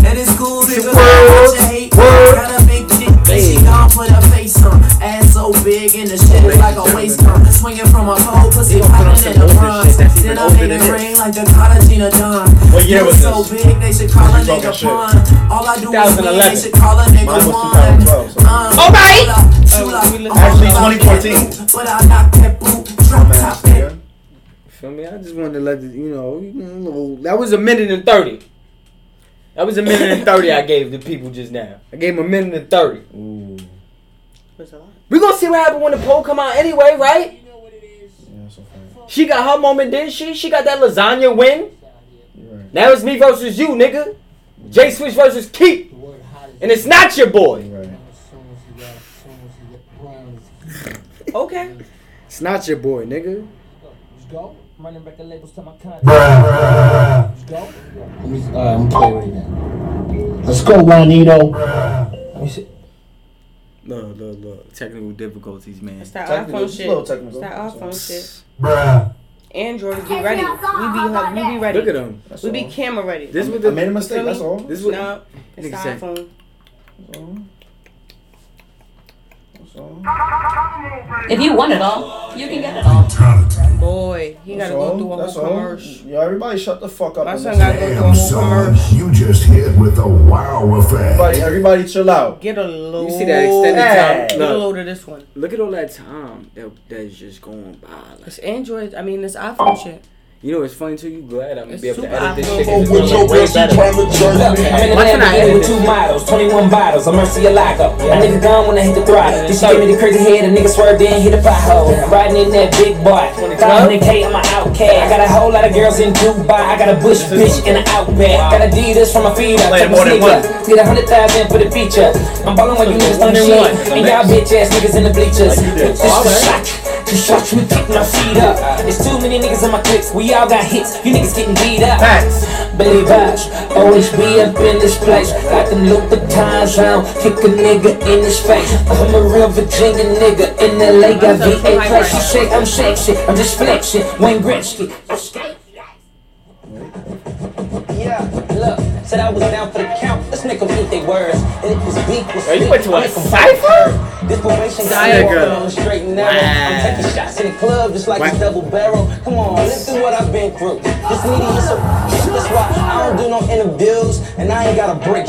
S12: And it's cool, nigga.
S3: Word,
S12: Watch your hate.
S3: word.
S12: Got a big dick. and She gone for the face on. Ass so big and the shit is like a waist on. Swinging from a pole pussy popping in the bronze. Then I made it rain like the Cartagena Don.
S2: What year
S12: You
S2: was
S12: so
S2: this?
S12: big, they should call a
S2: Talking
S12: nigga
S2: shit.
S12: pun. All I do is win,
S3: 2011.
S12: they should call a nigga
S2: Mine was
S12: one.
S2: 2012, so-
S12: Um,
S3: All right.
S12: Chula,
S1: Uh, we
S12: chula.
S1: listen-
S2: Actually, Oh,
S12: I'm on the
S2: 2014.
S12: boot, But I knock that boot, drop top that
S11: Feel me? I just wanted to let the, you know, you know, a little-
S3: That was a minute and 30. That was a minute and 30 I gave the people just now. I gave them a minute and 30. we going to see what happened when the poll come out anyway, right? She got her moment, didn't she? She got that lasagna win. Now it's me versus you, nigga. J Switch versus Keep. And it's not your boy. Okay.
S11: it's not your boy, nigga.
S12: Go, running back the labels to my contact.
S13: I'm playing right now. Let's go, Juanito. Let me see.
S11: Look, look, look. Technical difficulties, man.
S1: It's that
S2: Technical,
S1: iPhone
S2: just a little
S1: shit. It's
S2: technical.
S1: that iPhone shit.
S13: Bruh.
S1: Android, get ready. We be, hub- we be ready.
S11: Look at him.
S2: That's
S1: We be
S2: all.
S1: camera ready.
S11: This was
S2: I
S11: the
S2: made a mistake. That's all.
S11: this was
S1: no, it's the
S11: Nigga said-
S1: iPhone.
S2: That's all.
S5: If you want it all, you can get it all.
S1: Boy, he gotta
S2: That's
S1: go
S2: all.
S1: through a whole
S2: That's all.
S1: commercial.
S2: Yeah, everybody shut the fuck up.
S1: My
S2: on
S1: son
S2: this
S1: gotta
S2: one.
S1: go through a whole commercial.
S13: You just hit with a wow effect.
S2: Everybody, everybody chill out.
S1: Get a load.
S11: You see that extended time?
S2: Hey.
S1: Get a
S11: Look,
S1: load of this one.
S11: look at all that time that, that's just going by. Like,
S1: It's Android. I mean, it's iPhone shit.
S14: You know what's funny too? You glad I'm gonna be able to
S12: super
S14: edit this
S12: awkward.
S14: shit. 'cause it's
S12: With
S14: gonna
S12: your
S14: look way
S12: girl, she
S14: better.
S12: tryna jerk me.
S14: Look, I'm in
S12: Why can't I
S14: Atlanta
S12: edit
S14: with
S12: this?
S14: two models, 21 bottles, I'm mercy a lockup. A nigga gone when I hit the throttle. Then she give me the crazy head, a nigga swerved in, hit a pothole. I'm riding in that big boy. 500k, I'm an outcast. I got a whole lot of girls in Dubai. I got a bush bitch in the outback. Got a D this from my feet up.
S2: Playing
S14: Check
S2: more than
S14: my sneaker. Get a hundred thousand for the feature. I'm ballin' when you niggas don't shit. And y'all bitch ass niggas in the bleachers. This the shot. Two shots, you think my feet up. It's too many niggas in my clips. We all got hits. You niggas getting beat up. Billy Vibes, always be up in this place. Got them Louboutins round, kick a nigga in his face. I'm a real Virginia nigga in LA, got VA press. You shake, I'm sexy, I'm just flexing. Wayne Gretzky. Yeah, look, said I was down for the count. This nigga eat their words. And if this beat was Are you went to a cipher? This formation got
S3: Cipher.
S14: me walking on the straight and narrow. I'm taking shots in the club just like a double barrel. Come on, let's do what I've been through. This media is so that's why I don't do no interviews and I ain't got a break.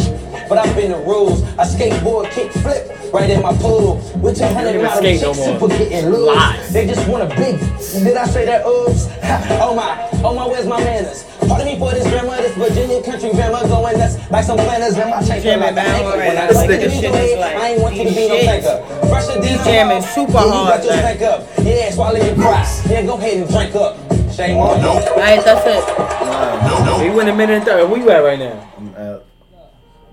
S14: But I've been the rules. I skateboard, kick, flip, right in my pool. With your hundred
S12: even
S14: model
S12: skate
S14: chicks,
S12: no more.
S14: super getting loose. They just want a big. Did I say that? Oops. Ha, oh my, oh my, where's my manners? Pardon me for this grandma, this Virginia country grandma going nuts like some planners. And my chain feel like an anchor. When I
S5: This
S14: like
S5: nigga
S14: it,
S5: shit
S14: way,
S5: is like
S14: I ain't want you to be no
S5: shit.
S14: thinker. Fresh and
S5: He
S14: decent.
S5: jamming super
S14: Yeah, you
S5: hard,
S14: got your
S5: like-
S14: tank up. Yeah, swallow your pride. Yeah, go ahead and drink up. Shame on you.
S5: Alright, that's it.
S14: We win a minute and third. Where you at right now?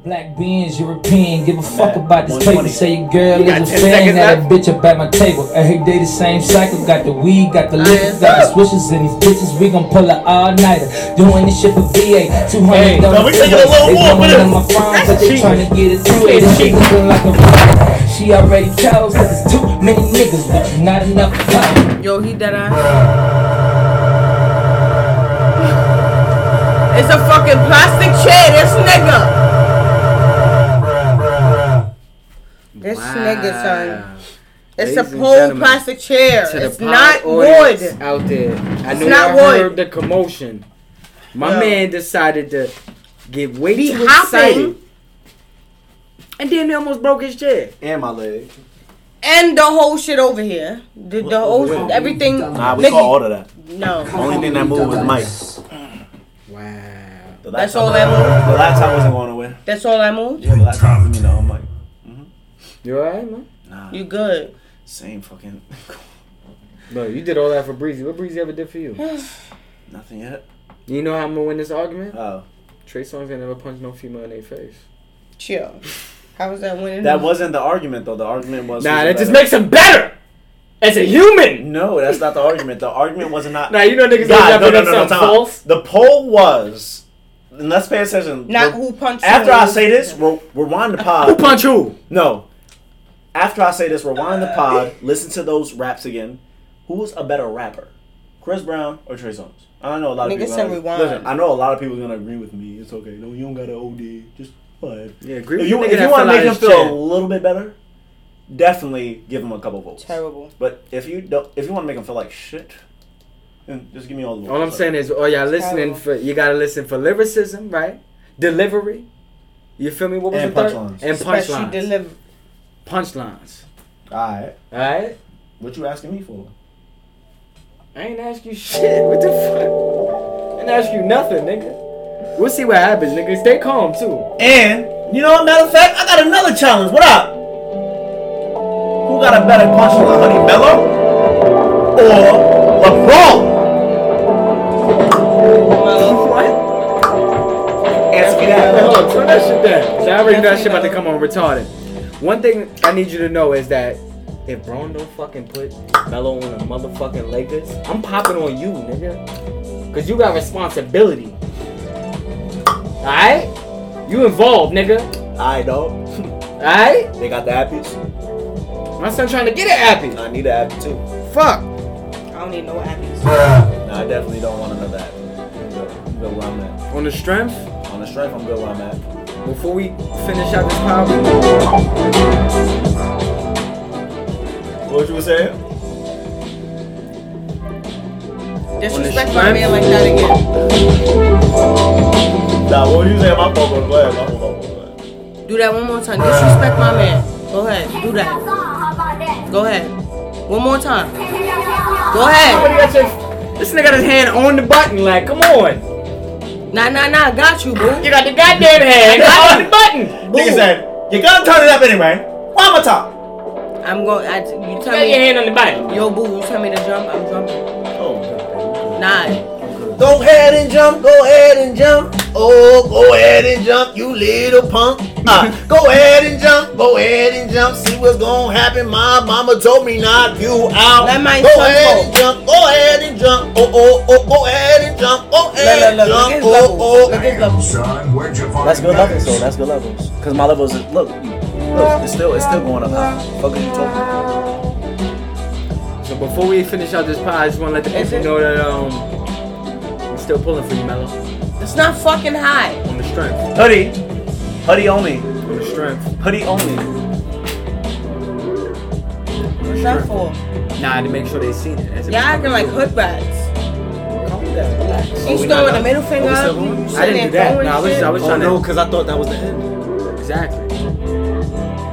S12: Black beans, European, give a fuck about this paper.
S14: 120.
S12: Say your girl
S14: You got
S12: is a
S14: 10
S12: fan,
S14: seconds
S12: now that
S14: left.
S12: bitch up at my table. Every day the same cycle, got the weed, got the liquor, got the swishes and these bitches. We gon' pull an all nighter, doing this shit for VA. 200 hey,
S2: now we taking a little
S12: They
S2: more with
S12: coming
S2: it.
S12: on my phone, but they
S14: cheating.
S12: tryna get it too. This shit looking like a riot. She already chose, cause it's too many niggas, but you not enough time.
S5: Yo, he dead ass. It's a fucking plastic chair, this nigga. This nigga, son. It's
S3: Ladies
S5: a
S3: and
S5: whole
S3: gentlemen,
S5: plastic chair.
S3: to the
S5: It's
S3: pod
S5: not
S3: audience
S5: wood.
S3: out there. I
S5: It's
S3: know
S5: not
S3: I
S5: wood.
S3: heard the commotion. My
S5: Yeah.
S3: man decided to get way
S5: Be
S3: too
S5: hopping.
S3: excited, and then he almost broke his chair.
S2: And my leg.
S5: And the whole shit over here. The, the whole, everything.
S2: Nah, we
S5: Nigga,
S2: saw all of that.
S5: No.
S2: Only thing that moved was Mike.
S3: Wow.
S2: The
S5: That's
S2: laptop-
S5: all that moved?
S2: The laptop wasn't going away.
S5: That's all I moved?
S2: Yeah, the laptop, you know, I'm like,
S3: You alright, man?
S2: nah,
S5: You good.
S2: same fucking,
S3: Bro, you did all that for Breezy. What Breezy ever did for you?
S2: nothing yet.
S3: You know how I'm gonna win this argument?
S2: Oh,
S3: Trey Songz ain't never punched no female in their face.
S5: Chill. How was that winning?
S2: that wasn't the argument though. The argument was
S3: Nah,
S2: was
S3: that just
S2: better.
S3: makes him better as a human.
S2: No, that's not the argument. The argument was not.
S3: Now you know niggas
S2: God,
S3: ain't
S2: no, no,
S3: never done
S2: no, no,
S3: something
S2: time out.
S3: false.
S2: The poll was. And let's pay attention.
S5: Not
S2: The-
S5: who punched
S2: After
S5: who.
S2: I say this, re- rewind the pod.
S3: Who punch who?
S2: No. After I say this, rewind the pod. Listen to those raps again. Who's a better rapper, Chris Brown or Trey Songz? I know a lot of
S5: Nigga
S2: people.
S5: said rewind.
S2: Listen, I know a lot of people gonna agree with me. It's okay. No, you don't gotta OD. Just whatever.
S3: Yeah, agree
S2: If
S3: with
S2: you,
S3: the nigga
S2: if you
S3: that
S2: want to
S3: fell out
S2: make him
S3: his
S2: feel
S3: chair.
S2: a little bit better, definitely give him a couple votes.
S5: Terrible.
S2: But if you don't, if you want to make him feel like shit, then just give me all the votes.
S3: All I'm saying is, oh y'all listening for you gotta listen for lyricism, right? Delivery. You feel me? What was
S2: And
S3: the third?
S2: punchlines.
S3: And
S5: Especially
S3: punchlines.
S5: deliver.
S3: punchlines.
S2: all right.
S3: All right.
S2: What you asking me for?
S3: I ain't ask you shit. What the fuck? I ain't ask you nothing, nigga. We'll see what happens, nigga. Stay calm too.
S2: And you know, what, matter of fact, I got another challenge. What up? Who got a better punch on Honey Mello or LeBron? Answer me
S3: Hey, hold
S2: that.
S3: on, turn that shit down. So I already know that shit about to come on retarded. One thing I need you to know is that if Bron don't fucking put Melo on the motherfucking Lakers, I'm popping on you, nigga. Cause you got responsibility. Alright? You involved, nigga.
S2: I know.
S3: Alright?
S2: They got the appies.
S3: My son trying to get it happy.
S2: I need an appy too.
S3: Fuck.
S5: I don't need no happiness.
S2: No, I definitely don't want another appy. I'm good. I'm good where I'm at.
S3: On the strength,
S2: On the strength, I'm good where I'm at.
S3: before we finish out this power,
S2: What you were saying?
S5: Disrespect my man like that again.
S2: Nah, what were you saying? My fault was bad. My fault was bad.
S5: Do that one more time. Disrespect my man. Go ahead. Do that. Go ahead. One more time. Go ahead.
S3: Somebody got your
S2: This nigga got his hand on the button, like, come on.
S1: Nah, nah, nah. Got you, boo.
S2: You got the goddamn hand on the button.
S4: Nigga said, you gonna turn it up anyway. Why am I talking?
S1: I'm going. I, you
S2: You
S1: tell
S2: got
S1: me.
S2: your hand on the button.
S1: Yo, boo. You tell me to jump. I'm jumping.
S2: Oh,
S1: Nah.
S4: Go ahead and jump, go ahead and jump. Oh, go ahead and jump, you little punk. Ah, go ahead and jump, go ahead and jump. See what's gonna happen. My mama told me knock you out.
S1: Let my
S4: go
S1: son
S4: ahead
S1: go.
S4: and jump, go ahead and jump. Oh, oh, oh, go ahead and jump,
S2: Oh,
S4: go ahead
S1: Look, look,
S4: and
S1: look. Look at his levels. Look at
S4: jump. Oh, oh.
S1: his levels.
S12: Son, where'd you find
S4: That's good
S12: that?
S4: levels, though. That's good levels. Cause my levels, is, look, look, it's still, it's still going up high. Fuck are you talking about?
S3: So before we finish out this pod, I just want to let the people know that um, I'm still pulling for you, Mello.
S1: It's not fucking high.
S3: On the strength.
S4: Hoodie, hoodie only,
S3: On the strength.
S4: hoodie only.
S1: It's not for.
S3: Nah, to make sure they seen it. That's a-
S1: Y'all acting like hood rats. You
S4: we
S1: throwing
S4: not
S1: the
S4: done?
S1: middle finger
S4: we still
S1: up. You
S4: going?
S1: sitting
S3: I didn't do
S1: there
S3: that.
S1: throwing
S3: Nah, Oh, I was,
S1: shit.
S3: I was
S4: Oh
S3: trying
S4: no,
S3: to.
S4: cause I thought that was the end.
S3: Exactly.